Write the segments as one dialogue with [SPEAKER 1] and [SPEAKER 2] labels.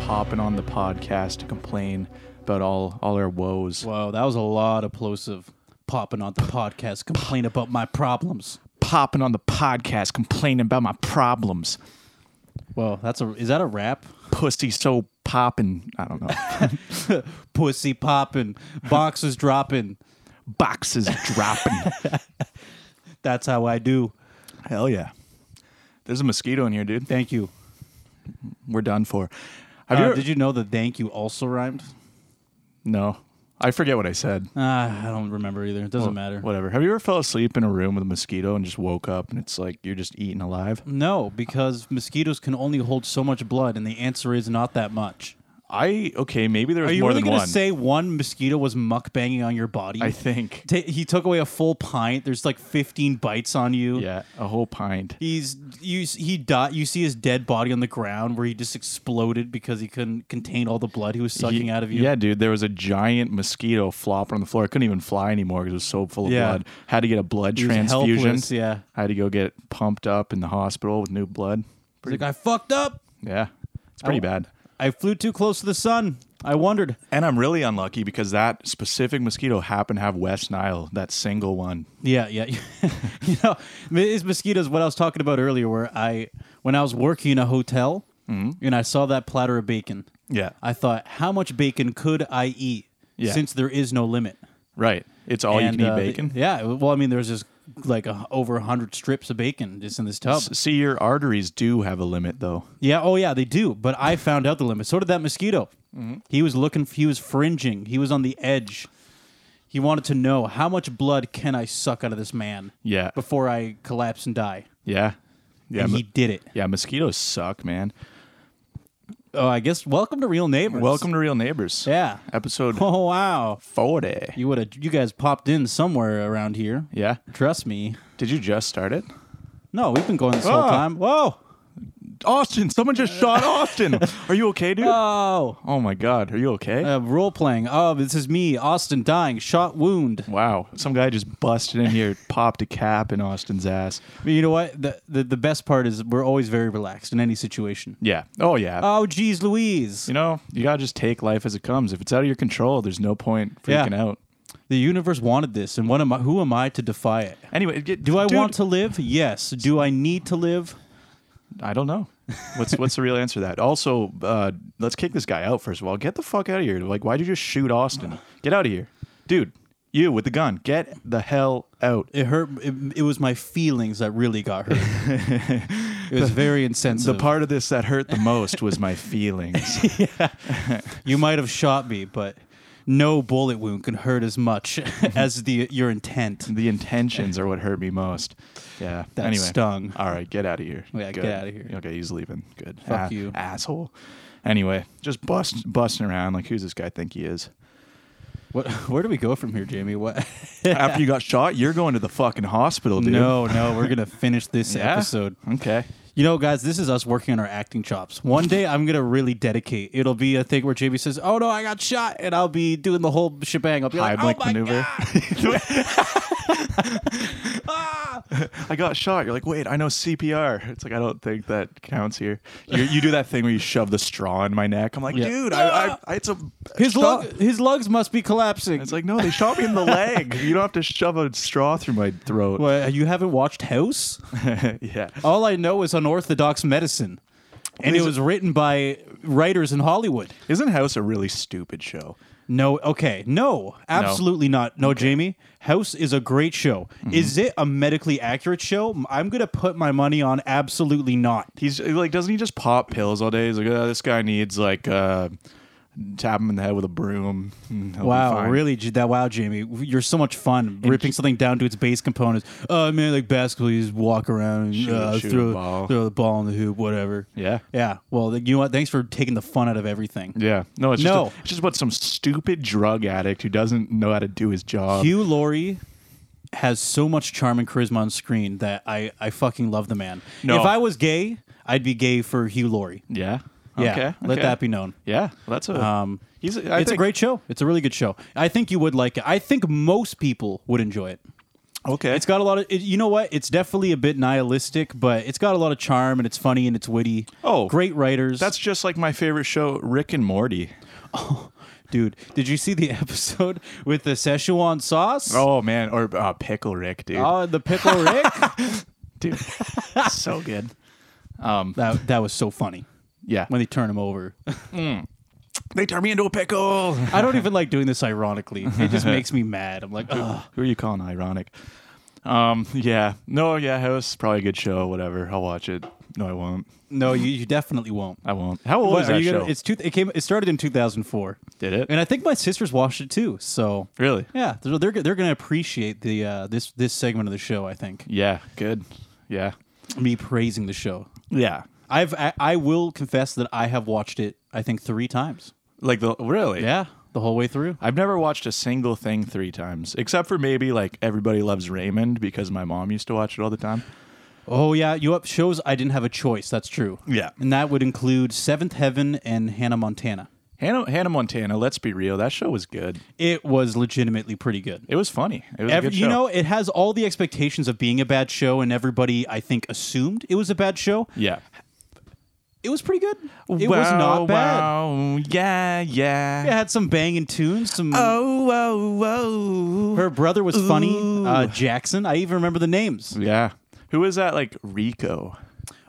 [SPEAKER 1] hopping on the podcast to complain about all all our woes.
[SPEAKER 2] Wow, that was a lot of plosive popping on the podcast, complain about my problems.
[SPEAKER 1] Popping on the podcast, complaining about my problems.
[SPEAKER 2] Well, that's a is that a rap?
[SPEAKER 1] Pussy so popping. I don't know.
[SPEAKER 2] Pussy popping, boxes dropping.
[SPEAKER 1] Boxes dropping.
[SPEAKER 2] That's how I do.
[SPEAKER 1] Hell yeah. There's a mosquito in here, dude.
[SPEAKER 2] Thank you.
[SPEAKER 1] We're done for. Have you
[SPEAKER 2] Uh,
[SPEAKER 1] ever-
[SPEAKER 2] did you know that thank you also rhymed?
[SPEAKER 1] No. I forget what I said.
[SPEAKER 2] Uh, I don't remember either. It doesn't matter.
[SPEAKER 1] Whatever. Have you ever fell asleep in a room with a mosquito and just woke up and it's like you're just eating alive?
[SPEAKER 2] No, because mosquitoes can only hold so much blood, and the answer is not that much.
[SPEAKER 1] I okay, maybe there was
[SPEAKER 2] Are you
[SPEAKER 1] more
[SPEAKER 2] really
[SPEAKER 1] than
[SPEAKER 2] gonna
[SPEAKER 1] one.
[SPEAKER 2] say one mosquito was muck banging on your body?
[SPEAKER 1] I think.
[SPEAKER 2] Ta- he took away a full pint. There's like 15 bites on you.
[SPEAKER 1] Yeah, a whole pint.
[SPEAKER 2] He's you. s- He died. You see his dead body on the ground where he just exploded because he couldn't contain all the blood he was sucking
[SPEAKER 1] Ye-
[SPEAKER 2] out of you.
[SPEAKER 1] Yeah, dude, there was a giant mosquito flopping on the floor. I couldn't even fly anymore because it was so full of
[SPEAKER 2] Yeah.
[SPEAKER 1] blood. Had to get a blood
[SPEAKER 2] was
[SPEAKER 1] transfusion.
[SPEAKER 2] helpless, yeah.
[SPEAKER 1] I had to go get pumped up in the hospital with new blood.
[SPEAKER 2] He's like I fucked up.
[SPEAKER 1] Yeah, it's pretty
[SPEAKER 2] I-
[SPEAKER 1] bad.
[SPEAKER 2] I flew too close to the sun. I wondered.
[SPEAKER 1] And I'm really unlucky because that specific mosquito happened to have West Nile, that single one.
[SPEAKER 2] Yeah, yeah. you know, these mosquitoes. What I was talking about earlier, where I when I was working in a hotel
[SPEAKER 1] Mm-hmm.
[SPEAKER 2] and I saw that platter of bacon.
[SPEAKER 1] Yeah.
[SPEAKER 2] I thought, how much bacon could I eat?
[SPEAKER 1] Yeah.
[SPEAKER 2] Since there is no limit.
[SPEAKER 1] Right. It's all
[SPEAKER 2] And,
[SPEAKER 1] you can
[SPEAKER 2] uh,
[SPEAKER 1] eat bacon.
[SPEAKER 2] yeah. Well, I mean, there's just like a, over hundred strips of bacon just in this tub.
[SPEAKER 1] S- See, your arteries do have a limit, though.
[SPEAKER 2] Yeah. Oh, yeah. They do. But I found out the limit. So did that mosquito.
[SPEAKER 1] Mm-hmm.
[SPEAKER 2] He was looking. He was fringing. He was on the edge. He wanted to know how much blood can I suck out of this man?
[SPEAKER 1] Yeah.
[SPEAKER 2] Before I collapse and die.
[SPEAKER 1] Yeah. Yeah.
[SPEAKER 2] and
[SPEAKER 1] mo-
[SPEAKER 2] he did it.
[SPEAKER 1] yeah. Mosquitoes suck, man.
[SPEAKER 2] Oh, I guess welcome to Real Neighbors.
[SPEAKER 1] Welcome to Real Neighbors.
[SPEAKER 2] Yeah.
[SPEAKER 1] Episode
[SPEAKER 2] Oh wow.
[SPEAKER 1] 40.
[SPEAKER 2] You would have. You guys popped in somewhere around here.
[SPEAKER 1] Yeah.
[SPEAKER 2] Trust me.
[SPEAKER 1] Did you just start it?
[SPEAKER 2] No, we've been going this whole
[SPEAKER 1] Oh.
[SPEAKER 2] time. Whoa.
[SPEAKER 1] Austin, someone just shot Austin. Are you okay, dude?
[SPEAKER 2] Oh.
[SPEAKER 1] oh my God, are you okay?
[SPEAKER 2] Uh, role playing. Oh, this is me, Austin, dying, shot, wound.
[SPEAKER 1] wow, some guy just busted in here, popped a cap in Austin's ass.
[SPEAKER 2] But you know what? The, the the best part is we're always very relaxed in any situation.
[SPEAKER 1] Yeah. Oh yeah.
[SPEAKER 2] Oh, geez, Louise.
[SPEAKER 1] you know, you gotta just take life as it comes. If it's out of your control, there's no point
[SPEAKER 2] Yeah.
[SPEAKER 1] freaking out.
[SPEAKER 2] The universe wanted this, and what am I, who am I to defy it?
[SPEAKER 1] Anyway, get,
[SPEAKER 2] Do I
[SPEAKER 1] dude,
[SPEAKER 2] want to live? Yes. Do I need to live?
[SPEAKER 1] I don't know. What's what's the real answer to that? Also, uh, let's kick this guy out first of all. Get the fuck out of here. Like, why'd you just shoot Austin? Get out of here, dude. You with the gun. Get the hell out.
[SPEAKER 2] It hurt. It, it was my feelings that really got hurt. it was very
[SPEAKER 1] The
[SPEAKER 2] insensitive.
[SPEAKER 1] part of this that hurt the most was my feelings.
[SPEAKER 2] you might have shot me, but no bullet wound can hurt as much as the your intent.
[SPEAKER 1] The intentions are what hurt me most. Yeah.
[SPEAKER 2] That
[SPEAKER 1] anyway.
[SPEAKER 2] stung.
[SPEAKER 1] All right, get out of here.
[SPEAKER 2] Yeah, get
[SPEAKER 1] Good.
[SPEAKER 2] outta here.
[SPEAKER 1] Okay, he's leaving. Good. Ah,
[SPEAKER 2] Fuck you.
[SPEAKER 1] asshole. Anyway, just bust busting around like who's this guy think he is?
[SPEAKER 2] What? Where do we go from here, Jamie? What?
[SPEAKER 1] After you got shot, you're going to the fucking hospital, dude.
[SPEAKER 2] No, no, we're gonna finish this
[SPEAKER 1] Yeah?
[SPEAKER 2] episode.
[SPEAKER 1] Okay.
[SPEAKER 2] You know, guys, this is us working on our acting chops. One day I'm gonna really dedicate. It'll be a thing where Jamie says, "Oh no, I got shot," and I'll be doing the whole shebang. I'll be
[SPEAKER 1] High
[SPEAKER 2] like,
[SPEAKER 1] blink
[SPEAKER 2] "Oh my
[SPEAKER 1] maneuver.
[SPEAKER 2] God, ah!"
[SPEAKER 1] I got shot. You're like, wait, I know CPR. It's like I don't think that counts here. You, you do that thing where you shove the straw in my neck. I'm like,
[SPEAKER 2] Yeah.
[SPEAKER 1] dude, I, I, it's a
[SPEAKER 2] His
[SPEAKER 1] shot-
[SPEAKER 2] lug, his lugs must be collapsing."
[SPEAKER 1] It's like, no, they shot me in the leg. You don't have to shove a straw through my throat.
[SPEAKER 2] What, you haven't watched House?
[SPEAKER 1] yeah.
[SPEAKER 2] All I know is unorthodox medicine, and it
[SPEAKER 1] Is it-
[SPEAKER 2] was written by writers in Hollywood.
[SPEAKER 1] Isn't House a really stupid show?
[SPEAKER 2] No, okay, no, absolutely not. No, Jamie, House is a great show.
[SPEAKER 1] Mm-hmm.
[SPEAKER 2] Is it a medically accurate show? I'm gonna put my money on absolutely not.
[SPEAKER 1] He's like, doesn't he just pop pills all day? He's like, oh, this guy needs like uh, tap him in the head with a broom. and he'll be
[SPEAKER 2] Wow,
[SPEAKER 1] fine."
[SPEAKER 2] really? J- That wow, Jamie, you're so much fun ripping something down to its base components. Oh man, like basketball, you just walk around, and,
[SPEAKER 1] Shoot-
[SPEAKER 2] uh,
[SPEAKER 1] shoot a
[SPEAKER 2] throw,
[SPEAKER 1] ball.
[SPEAKER 2] throw the ball in the hoop, whatever.
[SPEAKER 1] Yeah.
[SPEAKER 2] yeah. Well, th- you know what? Thanks for taking the fun out of everything.
[SPEAKER 1] Yeah. No, it's
[SPEAKER 2] No.
[SPEAKER 1] just it's just what some stupid drug addict who doesn't know how to do his job.
[SPEAKER 2] Hugh Laurie has so much charm and charisma on screen that I I fucking love the man.
[SPEAKER 1] No.
[SPEAKER 2] If I was gay, I'd be gay for Hugh Laurie.
[SPEAKER 1] yeah.
[SPEAKER 2] Yeah,
[SPEAKER 1] Okay.
[SPEAKER 2] let
[SPEAKER 1] okay.
[SPEAKER 2] that be known.
[SPEAKER 1] Yeah. Well, that's a. Um, he's. A, I
[SPEAKER 2] it's
[SPEAKER 1] think-
[SPEAKER 2] a great show. It's a really good show. I think you would like it. I think most people would enjoy it.
[SPEAKER 1] Okay.
[SPEAKER 2] It's got a lot of. It, you know what? It's definitely a bit nihilistic, but it's got a lot of charm and it's funny and it's witty.
[SPEAKER 1] Oh.
[SPEAKER 2] great writers.
[SPEAKER 1] That's just like my favorite show, Rick and Morty.
[SPEAKER 2] dude. Did you see the episode with the Szechuan sauce?
[SPEAKER 1] Oh man, or uh, Pickle Rick, dude.
[SPEAKER 2] Oh, the pickle Rick.
[SPEAKER 1] Dude, so good.
[SPEAKER 2] that that was so funny
[SPEAKER 1] Yeah,
[SPEAKER 2] when they turn him over.
[SPEAKER 1] they turn me into a pickle.
[SPEAKER 2] I don't even like doing this ironically. It just makes me mad. I'm like, Ugh.
[SPEAKER 1] Who are you calling ironic? Um, yeah, no, yeah, it was probably a good show. Whatever, I'll watch it. No, I won't.
[SPEAKER 2] no, you, you definitely won't.
[SPEAKER 1] I won't. How old
[SPEAKER 2] What,
[SPEAKER 1] is
[SPEAKER 2] are
[SPEAKER 1] that
[SPEAKER 2] you
[SPEAKER 1] show?
[SPEAKER 2] gonna- it's two, it came. It started in 2004.
[SPEAKER 1] Did it?
[SPEAKER 2] And I think my sisters watched it too. So
[SPEAKER 1] really?
[SPEAKER 2] yeah, they're they're, they're going to appreciate the uh, this this segment of the show. I think
[SPEAKER 1] Yeah. Good. Yeah.
[SPEAKER 2] me praising the show.
[SPEAKER 1] Yeah.
[SPEAKER 2] I've I, I will confess that I have watched it. I think three times.
[SPEAKER 1] Like the really?
[SPEAKER 2] Yeah, the whole way through.
[SPEAKER 1] I've never watched a single thing three times, except for maybe like Everybody Loves Raymond because my mom used to watch it all the time.
[SPEAKER 2] Oh yeah, you up shows I didn't have a choice. That's true.
[SPEAKER 1] Yeah.
[SPEAKER 2] and that would include Seventh Heaven and Hannah Montana.
[SPEAKER 1] Hannah, Hannah Montana. Let's be real. That show was good.
[SPEAKER 2] It was legitimately pretty good.
[SPEAKER 1] It was funny. It was a
[SPEAKER 2] Every,
[SPEAKER 1] good show.
[SPEAKER 2] you know, it has all the expectations of being a bad show, and everybody I think assumed it was a bad show.
[SPEAKER 1] Yeah.
[SPEAKER 2] It was pretty good. It was not bad.
[SPEAKER 1] Wow, yeah, yeah.
[SPEAKER 2] It had some banging tunes. Some
[SPEAKER 1] Oh, oh,
[SPEAKER 2] her brother was funny. Uh, Jackson. I even remember the names.
[SPEAKER 1] Yeah. Who is that? Like Rico.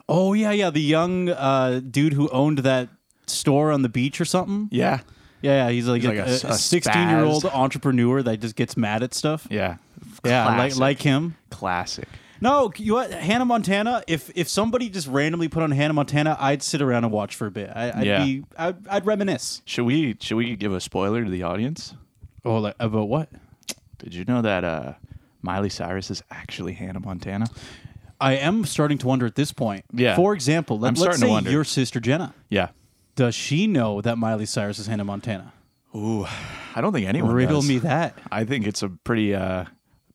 [SPEAKER 2] Oh yeah, yeah. The young uh, dude who owned that store on the beach or something.
[SPEAKER 1] Yeah.
[SPEAKER 2] Yeah, yeah. He's like,
[SPEAKER 1] like
[SPEAKER 2] a,
[SPEAKER 1] a s- a
[SPEAKER 2] sixteen-year-old
[SPEAKER 1] spaz.
[SPEAKER 2] entrepreneur that just gets mad at stuff.
[SPEAKER 1] Yeah.
[SPEAKER 2] Yeah, like
[SPEAKER 1] Classic.
[SPEAKER 2] like him.
[SPEAKER 1] classic.
[SPEAKER 2] No, you what? Hannah Montana. If if somebody just randomly put on Hannah Montana, I'd sit around and watch for a bit. I, I'd
[SPEAKER 1] Yeah.
[SPEAKER 2] be I'd, I'd reminisce.
[SPEAKER 1] Should we should we give a spoiler to the audience?
[SPEAKER 2] Oh, like, about what?
[SPEAKER 1] Did you know that uh, Miley Cyrus is actually Hannah Montana?
[SPEAKER 2] I am starting to wonder at this point.
[SPEAKER 1] Yeah.
[SPEAKER 2] For example, let,
[SPEAKER 1] I'm
[SPEAKER 2] us
[SPEAKER 1] starting to
[SPEAKER 2] say
[SPEAKER 1] wonder.
[SPEAKER 2] your sister Jenna.
[SPEAKER 1] Yeah.
[SPEAKER 2] Does she know that Miley Cyrus is Hannah Montana?
[SPEAKER 1] Ooh, I don't think anyone
[SPEAKER 2] Riddle
[SPEAKER 1] does.
[SPEAKER 2] me that.
[SPEAKER 1] I think it's a pretty uh,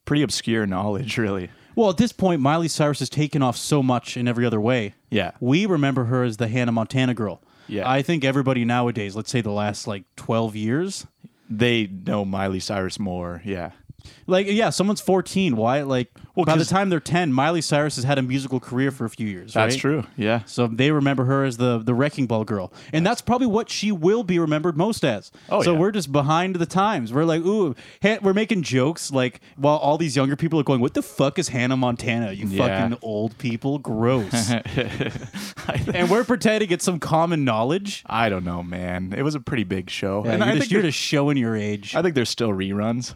[SPEAKER 1] pretty obscure knowledge, really.
[SPEAKER 2] Well, at this point, Miley Cyrus has taken off so much in every other way.
[SPEAKER 1] Yeah.
[SPEAKER 2] We remember her as the Hannah Montana girl.
[SPEAKER 1] Yeah.
[SPEAKER 2] I think everybody nowadays, let's say the last like 12 years,
[SPEAKER 1] They know Miley Cyrus more. Yeah.
[SPEAKER 2] like, yeah, someone's 14. Why? Like,
[SPEAKER 1] Well,
[SPEAKER 2] by the
[SPEAKER 1] 'cause-
[SPEAKER 2] time they're 10, Miley Cyrus has had a musical career for a few years.
[SPEAKER 1] That's
[SPEAKER 2] right?
[SPEAKER 1] true. Yeah.
[SPEAKER 2] So they remember her as the the wrecking ball girl, and that's probably what she will be remembered most as.
[SPEAKER 1] Oh,
[SPEAKER 2] so
[SPEAKER 1] yeah.
[SPEAKER 2] we're just behind the times. We're like, ooh, Han- we're making jokes like while all these younger people are going, "What the fuck is Hannah Montana? You
[SPEAKER 1] Yeah.
[SPEAKER 2] fucking old people, gross." and we're pretending it's some common knowledge.
[SPEAKER 1] I don't know, man. It was a pretty big show.
[SPEAKER 2] Yeah,
[SPEAKER 1] and
[SPEAKER 2] you're,
[SPEAKER 1] I
[SPEAKER 2] just,
[SPEAKER 1] think
[SPEAKER 2] you're
[SPEAKER 1] there-
[SPEAKER 2] just showing your age.
[SPEAKER 1] I think there's still reruns.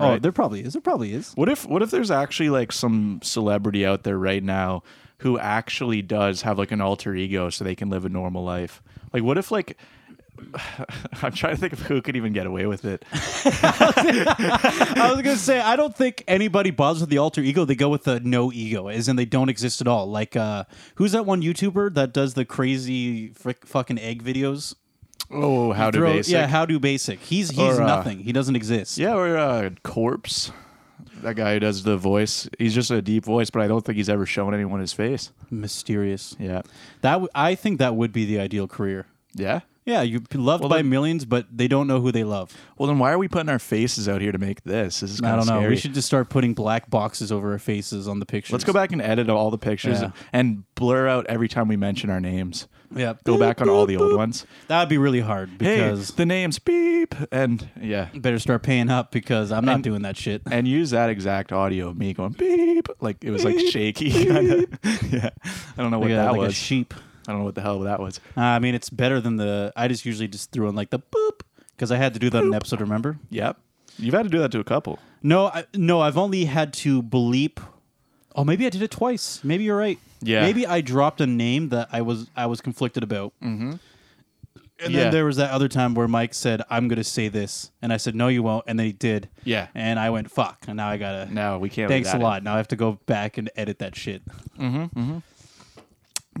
[SPEAKER 2] oh,
[SPEAKER 1] right.
[SPEAKER 2] there probably is. There probably is.
[SPEAKER 1] What if what if there's actually like some celebrity out there right now who actually does have like an alter ego so they can live a normal life? Like what if like I'm trying to think of who could even get away with it.
[SPEAKER 2] I was gonna say I don't think anybody bothers with the alter ego. They go with the no ego, as in they don't exist at all. Like uh, who's that one YouTuber that does the crazy frick fucking egg videos?
[SPEAKER 1] Oh, how to
[SPEAKER 2] Throw-
[SPEAKER 1] basic.
[SPEAKER 2] Yeah, how do basic? He's he's
[SPEAKER 1] Or, uh,
[SPEAKER 2] nothing. He doesn't exist.
[SPEAKER 1] Yeah, or uh, corpse. That guy who does the voice. He's just a deep voice, but I don't think he's ever shown anyone his face.
[SPEAKER 2] Mysterious.
[SPEAKER 1] Yeah.
[SPEAKER 2] That w- I think that would be the ideal career.
[SPEAKER 1] Yeah.
[SPEAKER 2] Yeah, you loved by
[SPEAKER 1] then-
[SPEAKER 2] millions, but they don't know who they love.
[SPEAKER 1] Well, then why are we putting our faces out here to make this? This is kind
[SPEAKER 2] I
[SPEAKER 1] of
[SPEAKER 2] don't know.
[SPEAKER 1] scary.
[SPEAKER 2] We should just start putting black boxes over our faces on the pictures.
[SPEAKER 1] Let's go back and edit all the pictures
[SPEAKER 2] Yeah.
[SPEAKER 1] and blur out every time we mention our names.
[SPEAKER 2] Yeah,
[SPEAKER 1] Go back on all the old ones.
[SPEAKER 2] That would be really hard
[SPEAKER 1] Hey,
[SPEAKER 2] because
[SPEAKER 1] the names beep and yeah,
[SPEAKER 2] better start paying up because I'm not doing that shit.
[SPEAKER 1] and use that exact audio of me going beep like it was like shaky. kinda. yeah, I don't know what
[SPEAKER 2] Like, a,
[SPEAKER 1] that
[SPEAKER 2] like a
[SPEAKER 1] was.
[SPEAKER 2] sheep.
[SPEAKER 1] I don't know what the hell that was.
[SPEAKER 2] Uh, I mean, it's better than the. I just usually just threw in like the boop because I had to do that in an episode. Remember?
[SPEAKER 1] Yep, you've had to do that to a couple.
[SPEAKER 2] No, I, no, I've only had to bleep. Oh, maybe I did it twice. Maybe you're right.
[SPEAKER 1] Yeah.
[SPEAKER 2] Maybe I dropped a name that I was I was conflicted about. Mm-hmm. And
[SPEAKER 1] Yeah.
[SPEAKER 2] then there was that other time where Mike said, "I'm going to say this," and I said, "No, you won't," and then he did.
[SPEAKER 1] Yeah.
[SPEAKER 2] And I went, "Fuck!" And now I gotta.
[SPEAKER 1] No, we can't. leave
[SPEAKER 2] Thanks
[SPEAKER 1] that
[SPEAKER 2] a
[SPEAKER 1] in.
[SPEAKER 2] lot. Now I have to go back and edit that shit.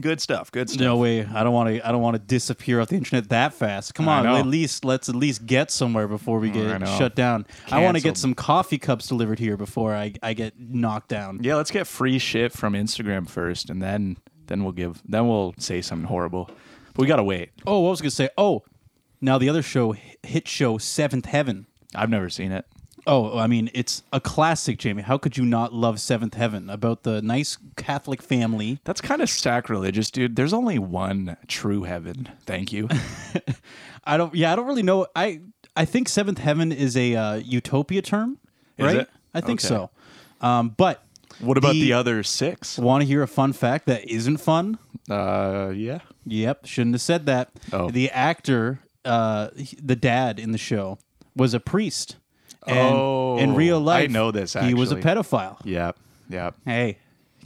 [SPEAKER 1] Good stuff. Good stuff.
[SPEAKER 2] No way. I don't want to. I don't want to disappear off the internet that fast. Come
[SPEAKER 1] I
[SPEAKER 2] on.
[SPEAKER 1] know.
[SPEAKER 2] At least let's at least get somewhere before we
[SPEAKER 1] I
[SPEAKER 2] get
[SPEAKER 1] know.
[SPEAKER 2] shut down. I want to get
[SPEAKER 1] Canceled.
[SPEAKER 2] some coffee cups delivered here before I, I get knocked down.
[SPEAKER 1] Yeah, let's get free shit from Instagram first, and then then we'll give then we'll say something horrible. But we gotta wait.
[SPEAKER 2] Oh, what was I gonna say? Oh, now the other show, hit show Seventh Heaven.
[SPEAKER 1] I've never seen it.
[SPEAKER 2] Oh, I mean, it's a classic, Jamie. How could you not love Seventh Heaven about the nice Catholic family?
[SPEAKER 1] That's kind of sacrilegious, dude. There's only one true heaven. Thank you.
[SPEAKER 2] I don't. Yeah, I don't really know. I I think Seventh Heaven is a uh, utopia term,
[SPEAKER 1] Is
[SPEAKER 2] right?
[SPEAKER 1] it?
[SPEAKER 2] I think
[SPEAKER 1] Okay.
[SPEAKER 2] so. Um, but
[SPEAKER 1] What about the, other six?
[SPEAKER 2] Want to hear a fun fact that isn't fun?
[SPEAKER 1] Uh, yeah.
[SPEAKER 2] Yep, shouldn't have said that.
[SPEAKER 1] Oh.
[SPEAKER 2] The actor, uh, he- the dad in the show, was a priest. And
[SPEAKER 1] Oh,
[SPEAKER 2] in real
[SPEAKER 1] I
[SPEAKER 2] life,
[SPEAKER 1] know this,
[SPEAKER 2] He was a
[SPEAKER 1] actually.
[SPEAKER 2] pedophile.
[SPEAKER 1] Yeah. Yeah.
[SPEAKER 2] Hey,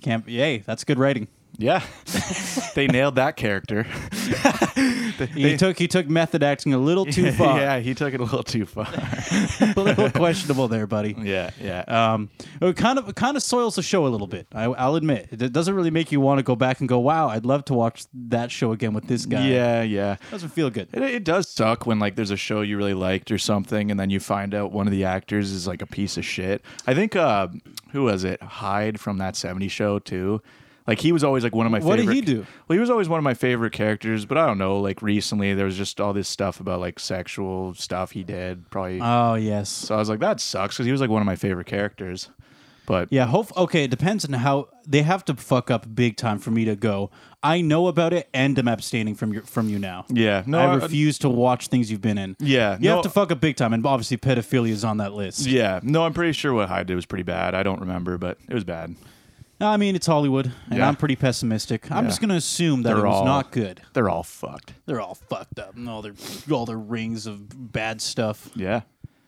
[SPEAKER 2] can't. Yay, that's good writing.
[SPEAKER 1] Yeah. they nailed that character.
[SPEAKER 2] He took he took method acting a little too far,
[SPEAKER 1] yeah, he took it a little too far.
[SPEAKER 2] a little questionable there, buddy.
[SPEAKER 1] yeah, yeah.
[SPEAKER 2] Um, it kind of it kind of soils the show a little bit. I, I'll admit it doesn't really make you want to go back and go, "Wow, I'd love to watch that show again with this guy."
[SPEAKER 1] yeah, yeah.
[SPEAKER 2] doesn't feel good.
[SPEAKER 1] It, it does suck when like there's a show you really liked or something, and then you find out one of the actors is like a piece of shit. I think uh, who was it? Hyde from that '70s show too. Like he was always like one of my.
[SPEAKER 2] What did
[SPEAKER 1] favorite-
[SPEAKER 2] he do?
[SPEAKER 1] Well, he was always one of my favorite characters, but I don't know. Like recently, there was just all this stuff about like sexual stuff he did. Probably.
[SPEAKER 2] Oh yes,
[SPEAKER 1] so I was like, that sucks because he was like one of my favorite characters. But
[SPEAKER 2] yeah. Hope okay. It depends on how they have to fuck up big time for me to go. I know about it, and I'm abstaining from your from you now.
[SPEAKER 1] Yeah, no,
[SPEAKER 2] I
[SPEAKER 1] I-
[SPEAKER 2] refuse to watch things you've been in.
[SPEAKER 1] Yeah,
[SPEAKER 2] you
[SPEAKER 1] no-
[SPEAKER 2] have to fuck up big time, and obviously pedophilia is on that list.
[SPEAKER 1] Yeah, no, I'm pretty sure what Hyde did was pretty bad. I don't remember, but it was bad.
[SPEAKER 2] I mean, it's Hollywood, and
[SPEAKER 1] Yeah.
[SPEAKER 2] I'm pretty pessimistic. I'm
[SPEAKER 1] Yeah.
[SPEAKER 2] just gonna assume that
[SPEAKER 1] They're
[SPEAKER 2] it was
[SPEAKER 1] all-
[SPEAKER 2] not good.
[SPEAKER 1] They're all fucked.
[SPEAKER 2] They're all fucked up, and all their all their rings of bad stuff.
[SPEAKER 1] Yeah,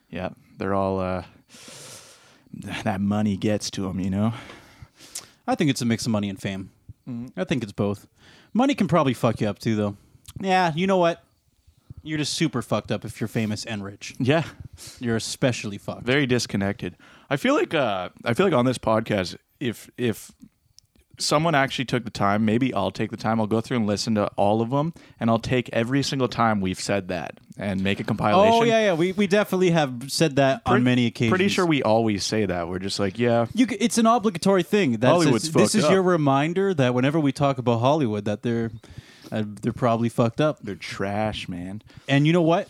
[SPEAKER 1] yeah, they're all. uh That money gets to them, you know.
[SPEAKER 2] I think it's a mix of money and fame.
[SPEAKER 1] Mm-hmm.
[SPEAKER 2] I think it's both. Money can probably fuck you up too, though. Yeah, you know what? You're just super fucked up if you're famous and rich.
[SPEAKER 1] Yeah,
[SPEAKER 2] You're especially fucked.
[SPEAKER 1] very disconnected. I feel like uh I feel like on this podcast, if if someone actually took the time, maybe I'll take the time. I'll go through and listen to all of them, and I'll take every single time we've said that and make a compilation.
[SPEAKER 2] Oh yeah, yeah. We we definitely have said that on
[SPEAKER 1] Pretty-
[SPEAKER 2] many occasions.
[SPEAKER 1] Pretty sure we always say that. We're just like, yeah,
[SPEAKER 2] You, c- it's an obligatory thing. That
[SPEAKER 1] Hollywood's
[SPEAKER 2] says, this
[SPEAKER 1] fucked
[SPEAKER 2] is
[SPEAKER 1] up.
[SPEAKER 2] your reminder that whenever we talk about Hollywood, that they're uh, they're probably fucked up.
[SPEAKER 1] they're trash, man.
[SPEAKER 2] And you know what?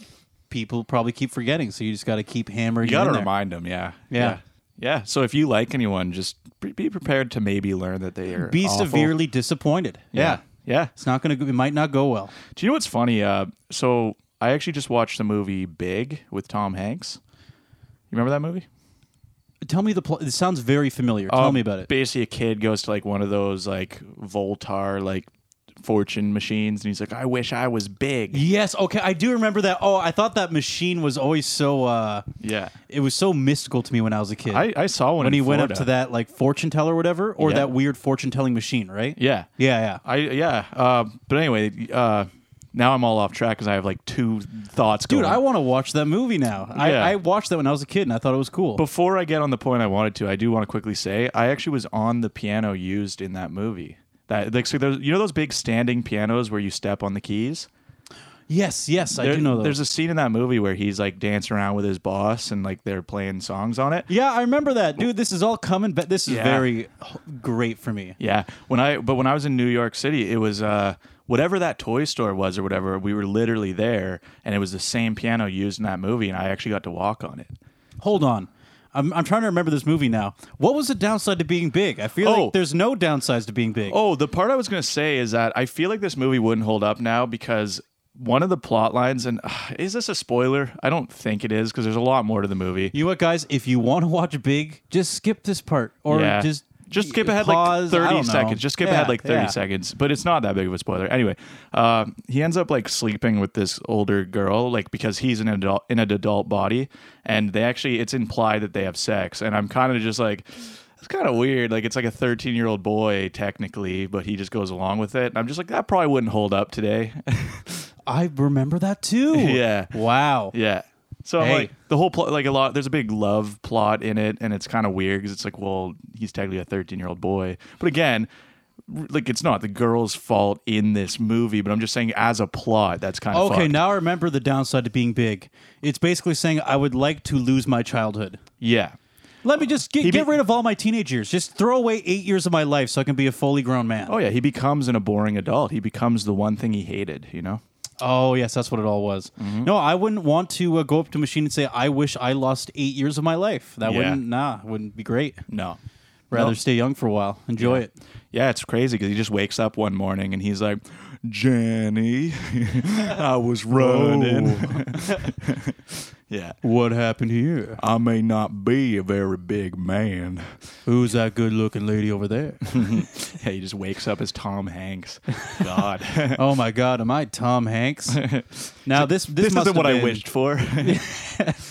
[SPEAKER 2] People probably keep forgetting, so you just got to keep hammering.
[SPEAKER 1] You got to
[SPEAKER 2] in there.
[SPEAKER 1] remind them, yeah.
[SPEAKER 2] Yeah.
[SPEAKER 1] yeah, Yeah. So if you like anyone, just pre- be prepared to maybe learn that they are
[SPEAKER 2] Be
[SPEAKER 1] awful.
[SPEAKER 2] severely disappointed.
[SPEAKER 1] Yeah. yeah,
[SPEAKER 2] It's not gonna. go- It might not go well.
[SPEAKER 1] Do you know what's funny? Uh, so I actually just watched the movie Big with Tom Hanks. You remember that movie?
[SPEAKER 2] Tell me the plot. It sounds very familiar. Tell
[SPEAKER 1] Um,
[SPEAKER 2] me about it.
[SPEAKER 1] Basically, a kid goes to like one of those like Voltar like fortune machines, and he's like, "I wish I was big."
[SPEAKER 2] Yes. Okay. I do remember that. Oh, I thought that machine was always so. uh
[SPEAKER 1] Yeah,
[SPEAKER 2] It was so mystical to me when I was a kid.
[SPEAKER 1] I, I saw one
[SPEAKER 2] when
[SPEAKER 1] in
[SPEAKER 2] he went up
[SPEAKER 1] Florida.
[SPEAKER 2] to that like fortune teller or whatever, or
[SPEAKER 1] Yeah.
[SPEAKER 2] that weird fortune telling machine, right?
[SPEAKER 1] Yeah,
[SPEAKER 2] Yeah. Yeah.
[SPEAKER 1] I yeah. Uh, but anyway, uh, now I'm all off track because I have like two thoughts.
[SPEAKER 2] Dude,
[SPEAKER 1] going.
[SPEAKER 2] I want to watch that movie now.
[SPEAKER 1] Yeah.
[SPEAKER 2] I, I watched that when I was a kid, and I thought it was cool.
[SPEAKER 1] Before I get on the point I wanted to, I do want to quickly say I actually was on the piano used in that movie. That like so there's you know those big standing pianos where you step on the keys.
[SPEAKER 2] yes. Yes. I
[SPEAKER 1] There-
[SPEAKER 2] do know those.
[SPEAKER 1] There's a scene in that movie where he's like dancing around with his boss and like they're playing songs on it.
[SPEAKER 2] yeah, I remember that, dude. This is all coming, but this is
[SPEAKER 1] Yeah.
[SPEAKER 2] very h- great for me.
[SPEAKER 1] Yeah. When I but when I was in New York City, it was uh whatever that toy store was or whatever. We were literally there, and it was the same piano used in that movie, and I actually got to walk on it.
[SPEAKER 2] Hold on. I'm, I'm trying to remember this movie now. What was the downside to being big? I feel
[SPEAKER 1] Oh.
[SPEAKER 2] like there's no downsides to being big.
[SPEAKER 1] Oh, the part I was going to say is that I feel like this movie wouldn't hold up now because one of the plot lines, and ugh, is this a spoiler? I don't think it is because there's a lot more to the movie.
[SPEAKER 2] You know what, guys? If you want to watch Big, just skip this part, or
[SPEAKER 1] yeah.
[SPEAKER 2] just
[SPEAKER 1] just skip ahead
[SPEAKER 2] pause. I
[SPEAKER 1] like 30
[SPEAKER 2] don't know.
[SPEAKER 1] seconds. Just skip
[SPEAKER 2] Yeah,
[SPEAKER 1] ahead like 30
[SPEAKER 2] yeah.
[SPEAKER 1] seconds, but it's not that big of a spoiler. Anyway, uh, he ends up like sleeping with this older girl, like because he's an adult in an adult body, and they actually it's implied that they have sex, and I'm kind of just like. It's kind of weird. Like it's like a 13 year old boy technically, but he just goes along with it. And I'm just like, that probably wouldn't hold up today.
[SPEAKER 2] I remember that too.
[SPEAKER 1] Yeah.
[SPEAKER 2] Wow.
[SPEAKER 1] Yeah. So
[SPEAKER 2] Hey.
[SPEAKER 1] like the whole plot, like a lot, there's a big love plot in it, and it's kind of weird because it's like, well, he's technically a 13 year old boy, but again, r- like it's not the girl's fault in this movie, but I'm just saying as a plot, that's kind of
[SPEAKER 2] Okay, now I remember the downside to being big. It's basically saying I would like to lose my childhood.
[SPEAKER 1] yeah,
[SPEAKER 2] Let me just get,
[SPEAKER 1] be-
[SPEAKER 2] get rid of all my teenage years. Just throw away eight years of my life so I can be a fully grown man.
[SPEAKER 1] oh yeah, he becomes an a boring adult. He becomes the one thing he hated, you know.
[SPEAKER 2] Oh yes, that's what it all was.
[SPEAKER 1] Mm-hmm.
[SPEAKER 2] No, I wouldn't want to uh, go up to a machine and say, "I wish I lost eight years of my life." That
[SPEAKER 1] Yeah.
[SPEAKER 2] wouldn't, nah, wouldn't be great.
[SPEAKER 1] No.
[SPEAKER 2] Rather
[SPEAKER 1] Nope.
[SPEAKER 2] stay young for a while, enjoy it.
[SPEAKER 1] Yeah, it's crazy because he just wakes up one morning and he's like, Jenny, I was running. yeah.
[SPEAKER 2] Oh, What happened here?
[SPEAKER 1] I may not be a very big man.
[SPEAKER 2] Who's that good-looking lady over there?
[SPEAKER 1] Mm-hmm. Yeah, he just wakes up as Tom Hanks. God.
[SPEAKER 2] oh my God, am I Tom Hanks? Now this this,
[SPEAKER 1] this
[SPEAKER 2] must
[SPEAKER 1] isn't
[SPEAKER 2] have
[SPEAKER 1] what I
[SPEAKER 2] been-
[SPEAKER 1] wished for.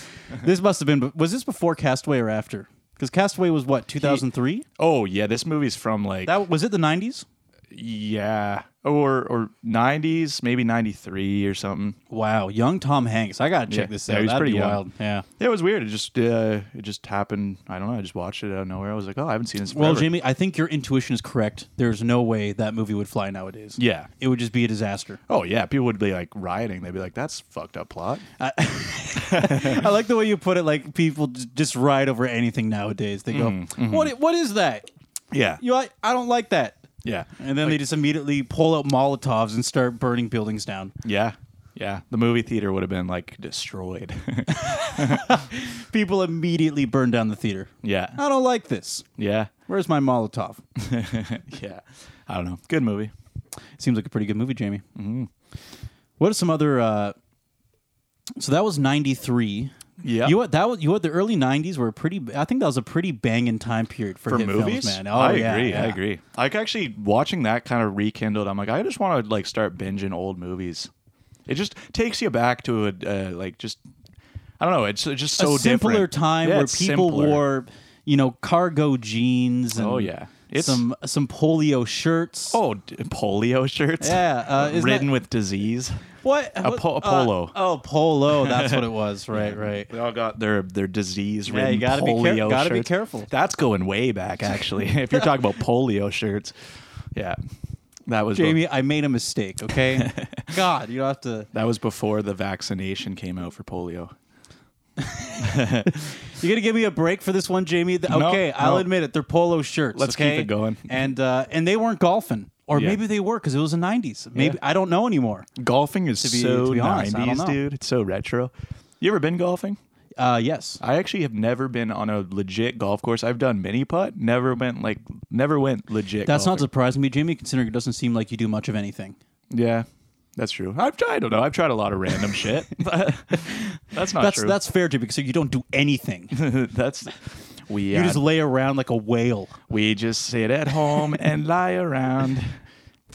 [SPEAKER 2] This must have been. Was this before Castaway or after? Because Castaway was what 2003.
[SPEAKER 1] oh, yeah, this movie's from like,
[SPEAKER 2] That was it. The 90s.
[SPEAKER 1] yeah, or or 90s, maybe 93 or something.
[SPEAKER 2] Wow, young Tom Hanks. I gotta check
[SPEAKER 1] Yeah.
[SPEAKER 2] this
[SPEAKER 1] Yeah,
[SPEAKER 2] out.
[SPEAKER 1] he's
[SPEAKER 2] That'd
[SPEAKER 1] pretty
[SPEAKER 2] be
[SPEAKER 1] young.
[SPEAKER 2] wild. Yeah.
[SPEAKER 1] Yeah, it was weird. It just uh, it just happened. I don't know. I just watched it out of nowhere. I was like, oh, I haven't seen this.
[SPEAKER 2] Well,
[SPEAKER 1] forever.
[SPEAKER 2] Jamie, I think your intuition is correct. There's no way that movie would fly nowadays.
[SPEAKER 1] Yeah.
[SPEAKER 2] It would just be a disaster.
[SPEAKER 1] Oh yeah, people would be like rioting. They'd be like, "That's fucked up plot."
[SPEAKER 2] I like the way you put it. Like people j- just ride over anything nowadays. They go,
[SPEAKER 1] Mm-hmm,
[SPEAKER 2] "What? i- What is that?
[SPEAKER 1] Yeah,
[SPEAKER 2] You, I, I don't like that."
[SPEAKER 1] yeah,
[SPEAKER 2] And then they just immediately pull out Molotovs and start burning buildings down.
[SPEAKER 1] yeah, yeah. The movie theater would have been like destroyed.
[SPEAKER 2] People immediately burn down the theater.
[SPEAKER 1] yeah,
[SPEAKER 2] I don't like this.
[SPEAKER 1] yeah,
[SPEAKER 2] Where's my Molotov?
[SPEAKER 1] yeah. I don't know. Good movie.
[SPEAKER 2] Seems like a pretty good movie, Jamie. Mm-hmm. What are some other? Uh, so that was '93.
[SPEAKER 1] Yeah.
[SPEAKER 2] you know what that was. You know what the early '90s were pretty. I think that was a pretty banging time period for,
[SPEAKER 1] For
[SPEAKER 2] hit
[SPEAKER 1] movies,
[SPEAKER 2] films, man. Oh,
[SPEAKER 1] I
[SPEAKER 2] yeah,
[SPEAKER 1] agree. I
[SPEAKER 2] yeah.
[SPEAKER 1] agree. Like actually watching that kind of rekindled. I'm like, I just want to like start binging old movies. It just takes you back to a uh, like just. I don't know. It's, it's just so
[SPEAKER 2] a simpler
[SPEAKER 1] different.
[SPEAKER 2] time
[SPEAKER 1] Yeah,
[SPEAKER 2] where
[SPEAKER 1] it's
[SPEAKER 2] people
[SPEAKER 1] simpler.
[SPEAKER 2] wore, you know, cargo jeans. And
[SPEAKER 1] Oh, yeah. It's-
[SPEAKER 2] some some polio shirts.
[SPEAKER 1] oh d- polio shirts.
[SPEAKER 2] Yeah, uh, isn't
[SPEAKER 1] ridden
[SPEAKER 2] that-
[SPEAKER 1] with disease.
[SPEAKER 2] what
[SPEAKER 1] a po- a
[SPEAKER 2] Uh,
[SPEAKER 1] polo.
[SPEAKER 2] oh, polo. That's what it was. Right, right.
[SPEAKER 1] They all got their their disease
[SPEAKER 2] Yeah,
[SPEAKER 1] ridden
[SPEAKER 2] you gotta be
[SPEAKER 1] polio
[SPEAKER 2] care- gotta be
[SPEAKER 1] shirts.
[SPEAKER 2] careful.
[SPEAKER 1] That's going way back, actually. if you're talking about polio shirts, yeah, that was be-
[SPEAKER 2] Jamie, I made a mistake. Okay, God, you don't have to.
[SPEAKER 1] that was before the vaccination came out for polio.
[SPEAKER 2] You gonna give me a break for this one, Jamie? Th-
[SPEAKER 1] No,
[SPEAKER 2] okay, I'll
[SPEAKER 1] no.
[SPEAKER 2] admit it. They're polo shirts.
[SPEAKER 1] Let's keep
[SPEAKER 2] okay?
[SPEAKER 1] it going.
[SPEAKER 2] And uh, and they weren't golfing, or
[SPEAKER 1] Yeah.
[SPEAKER 2] maybe they were because it was the '90s. Maybe I don't know anymore.
[SPEAKER 1] Golfing is
[SPEAKER 2] be-
[SPEAKER 1] so
[SPEAKER 2] to be honest, I don't
[SPEAKER 1] 90s,
[SPEAKER 2] know.
[SPEAKER 1] dude. It's so retro. You ever been golfing?
[SPEAKER 2] Uh, yes,
[SPEAKER 1] I actually have never been on a legit golf course. I've done mini putt, never went like never went legit.
[SPEAKER 2] that's not surprising to me, Jamie, considering it doesn't seem like you do much of anything.
[SPEAKER 1] yeah, that's true. I've tried. I don't know. I've tried a lot of random shit. that's not
[SPEAKER 2] That's
[SPEAKER 1] true.
[SPEAKER 2] that's fair, Jamie, because you don't do anything. you
[SPEAKER 1] that's we uh,
[SPEAKER 2] just lay around like a whale.
[SPEAKER 1] We just sit at home and lie around.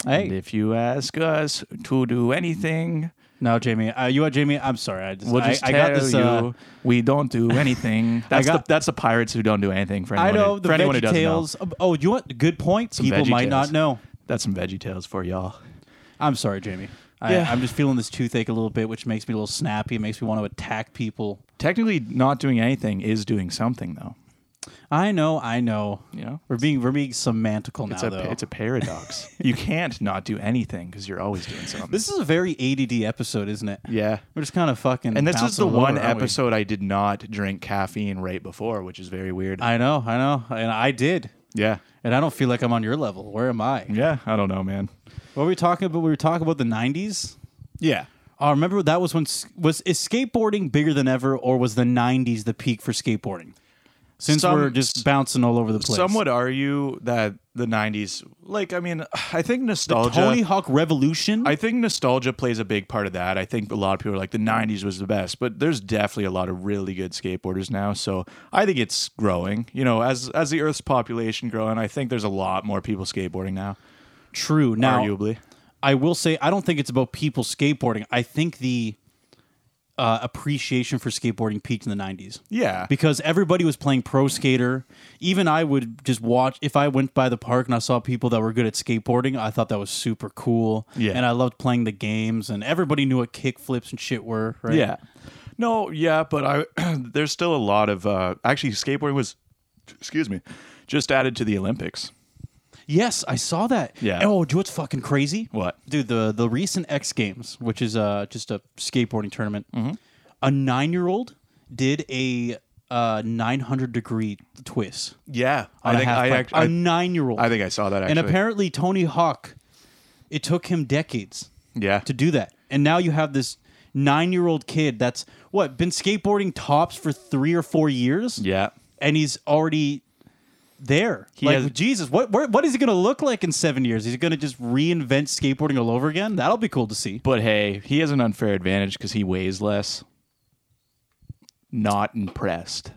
[SPEAKER 2] Hey.
[SPEAKER 1] And if you ask us to do anything,
[SPEAKER 2] No, Jamie, uh, you are Jamie. I'm sorry. I just,
[SPEAKER 1] we'll
[SPEAKER 2] I-
[SPEAKER 1] just
[SPEAKER 2] I,
[SPEAKER 1] tell
[SPEAKER 2] got this.
[SPEAKER 1] you
[SPEAKER 2] uh,
[SPEAKER 1] we don't do anything. That's
[SPEAKER 2] got-
[SPEAKER 1] the that's the pirates who don't do anything for
[SPEAKER 2] I
[SPEAKER 1] anyone.
[SPEAKER 2] know
[SPEAKER 1] who,
[SPEAKER 2] the
[SPEAKER 1] for anyone who
[SPEAKER 2] Veggie
[SPEAKER 1] doesn't know.
[SPEAKER 2] Tales. Oh, you want good point? People might
[SPEAKER 1] VeggieTales.
[SPEAKER 2] not know.
[SPEAKER 1] That's some Veggie Tales for y'all.
[SPEAKER 2] I'm sorry, Jamie. I,
[SPEAKER 1] Yeah.
[SPEAKER 2] I'm just feeling this toothache a little bit, which makes me a little snappy. It makes me want to attack people.
[SPEAKER 1] Technically, not doing anything is doing something, though.
[SPEAKER 2] I know, I know.
[SPEAKER 1] You know,
[SPEAKER 2] We're being we're being semantical
[SPEAKER 1] it's
[SPEAKER 2] now,
[SPEAKER 1] a
[SPEAKER 2] though.
[SPEAKER 1] it's a paradox. you can't not do anything because you're always doing something.
[SPEAKER 2] this is a very ADD episode, isn't it?
[SPEAKER 1] yeah.
[SPEAKER 2] We're just kind of fucking.
[SPEAKER 1] And this is
[SPEAKER 2] bouncing
[SPEAKER 1] the
[SPEAKER 2] all over,
[SPEAKER 1] one
[SPEAKER 2] aren't we?
[SPEAKER 1] episode I did not drink caffeine right before, which is very weird.
[SPEAKER 2] I know, I know, and I did,
[SPEAKER 1] yeah.
[SPEAKER 2] and I don't feel like I'm on your level. Where am I?
[SPEAKER 1] Yeah, I don't know, man.
[SPEAKER 2] What were we talking about? We were talking about the '90s.
[SPEAKER 1] Yeah.
[SPEAKER 2] Oh, remember that was when s- was is skateboarding bigger than ever, or was the '90s the peak for skateboarding? Since
[SPEAKER 1] Some-
[SPEAKER 2] we're just bouncing all over the place.
[SPEAKER 1] Some would argue that the 90s, like, I mean, I think nostalgia.
[SPEAKER 2] Tony Hawk Revolution.
[SPEAKER 1] I think nostalgia plays a big part of that. I think a lot of people are like, the 90s was the best, but there's definitely a lot of really good skateboarders now. So I think it's growing. You know, as as the Earth's population growing, I think there's a lot more people skateboarding now,
[SPEAKER 2] True. Now,
[SPEAKER 1] arguably.
[SPEAKER 2] I will say I don't think it's about people skateboarding. I think the uh, appreciation for skateboarding peaked in the '90s.
[SPEAKER 1] Yeah.
[SPEAKER 2] because everybody was playing pro skater. Even I would just watch if I went by the park and I saw people that were good at skateboarding. I thought that was super cool.
[SPEAKER 1] Yeah.
[SPEAKER 2] and I loved playing the games, and everybody knew what kick flips and shit were. Right?
[SPEAKER 1] Yeah. No, yeah, but I there's still a lot of uh actually skateboarding was excuse me, just added to the Olympics.
[SPEAKER 2] Yes, I saw that.
[SPEAKER 1] Yeah.
[SPEAKER 2] Oh, do you know what's fucking crazy?
[SPEAKER 1] What?
[SPEAKER 2] dude? The the recent X Games, which is uh just a skateboarding tournament,
[SPEAKER 1] Mm-hmm.
[SPEAKER 2] a nine year old did a uh 900 degree twist
[SPEAKER 1] Yeah.
[SPEAKER 2] on
[SPEAKER 1] I think
[SPEAKER 2] a half
[SPEAKER 1] I
[SPEAKER 2] pipe.
[SPEAKER 1] actually
[SPEAKER 2] a nine year old.
[SPEAKER 1] I think I saw that actually.
[SPEAKER 2] And apparently, Tony Hawk, it took him decades
[SPEAKER 1] yeah.
[SPEAKER 2] to do that. And now you have this nine year old kid that's what been skateboarding tops for three or four years.
[SPEAKER 1] Yeah.
[SPEAKER 2] and he's already there.
[SPEAKER 1] He
[SPEAKER 2] like
[SPEAKER 1] has-
[SPEAKER 2] Jesus, what where, what is he going to look like in seven years? Is he going to just reinvent skateboarding all over again? That'll be cool to see.
[SPEAKER 1] But hey, he has an unfair advantage because he weighs less. Not impressed.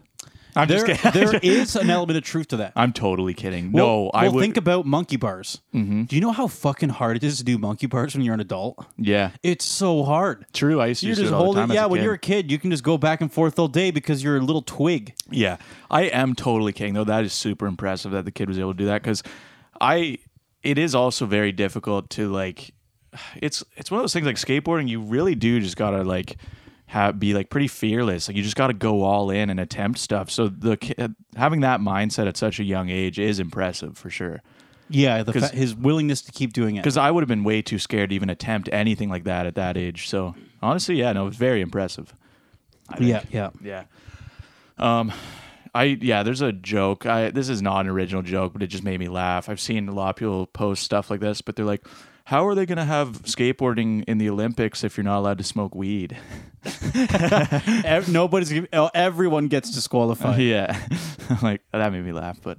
[SPEAKER 1] I'm
[SPEAKER 2] There,
[SPEAKER 1] just kidding.
[SPEAKER 2] there is an element of truth to that.
[SPEAKER 1] I'm totally kidding. no,
[SPEAKER 2] Well-
[SPEAKER 1] I
[SPEAKER 2] well,
[SPEAKER 1] would. Mm-hmm.
[SPEAKER 2] think about monkey bars. Do you know how fucking hard it is to do monkey bars when you're an adult?
[SPEAKER 1] yeah,
[SPEAKER 2] It's so hard.
[SPEAKER 1] true. I used to
[SPEAKER 2] You're
[SPEAKER 1] do it
[SPEAKER 2] just
[SPEAKER 1] all the
[SPEAKER 2] holding.
[SPEAKER 1] time as
[SPEAKER 2] Yeah,
[SPEAKER 1] a
[SPEAKER 2] when
[SPEAKER 1] kid.
[SPEAKER 2] you're a kid, you can just go back and forth all day because you're a little twig.
[SPEAKER 1] Yeah, I am totally kidding though. That is super impressive that the kid was able to do that because I. It is also very difficult to like. It's it's one of those things like skateboarding. You really do just gotta like have, be like pretty fearless. Like you just gotta go all in and attempt stuff. So the ki- uh, having that mindset at such a young age is impressive for sure.
[SPEAKER 2] Yeah, the
[SPEAKER 1] 'Cause-
[SPEAKER 2] fa- his willingness to keep doing it.
[SPEAKER 1] Because I would have been way too scared to even attempt anything like that at that age. So honestly, yeah, no, it was very impressive.
[SPEAKER 2] Yeah, yeah.
[SPEAKER 1] Yeah. Um, I yeah, there's a joke. I this is not an original joke, but it just made me laugh. I've seen a lot of people post stuff like this, but they're like, "How are they going to have skateboarding in the Olympics if you're not allowed to smoke weed?"
[SPEAKER 2] Ev- Nobody's. gonna- oh, Everyone gets disqualified.
[SPEAKER 1] yeah, like that made me laugh, but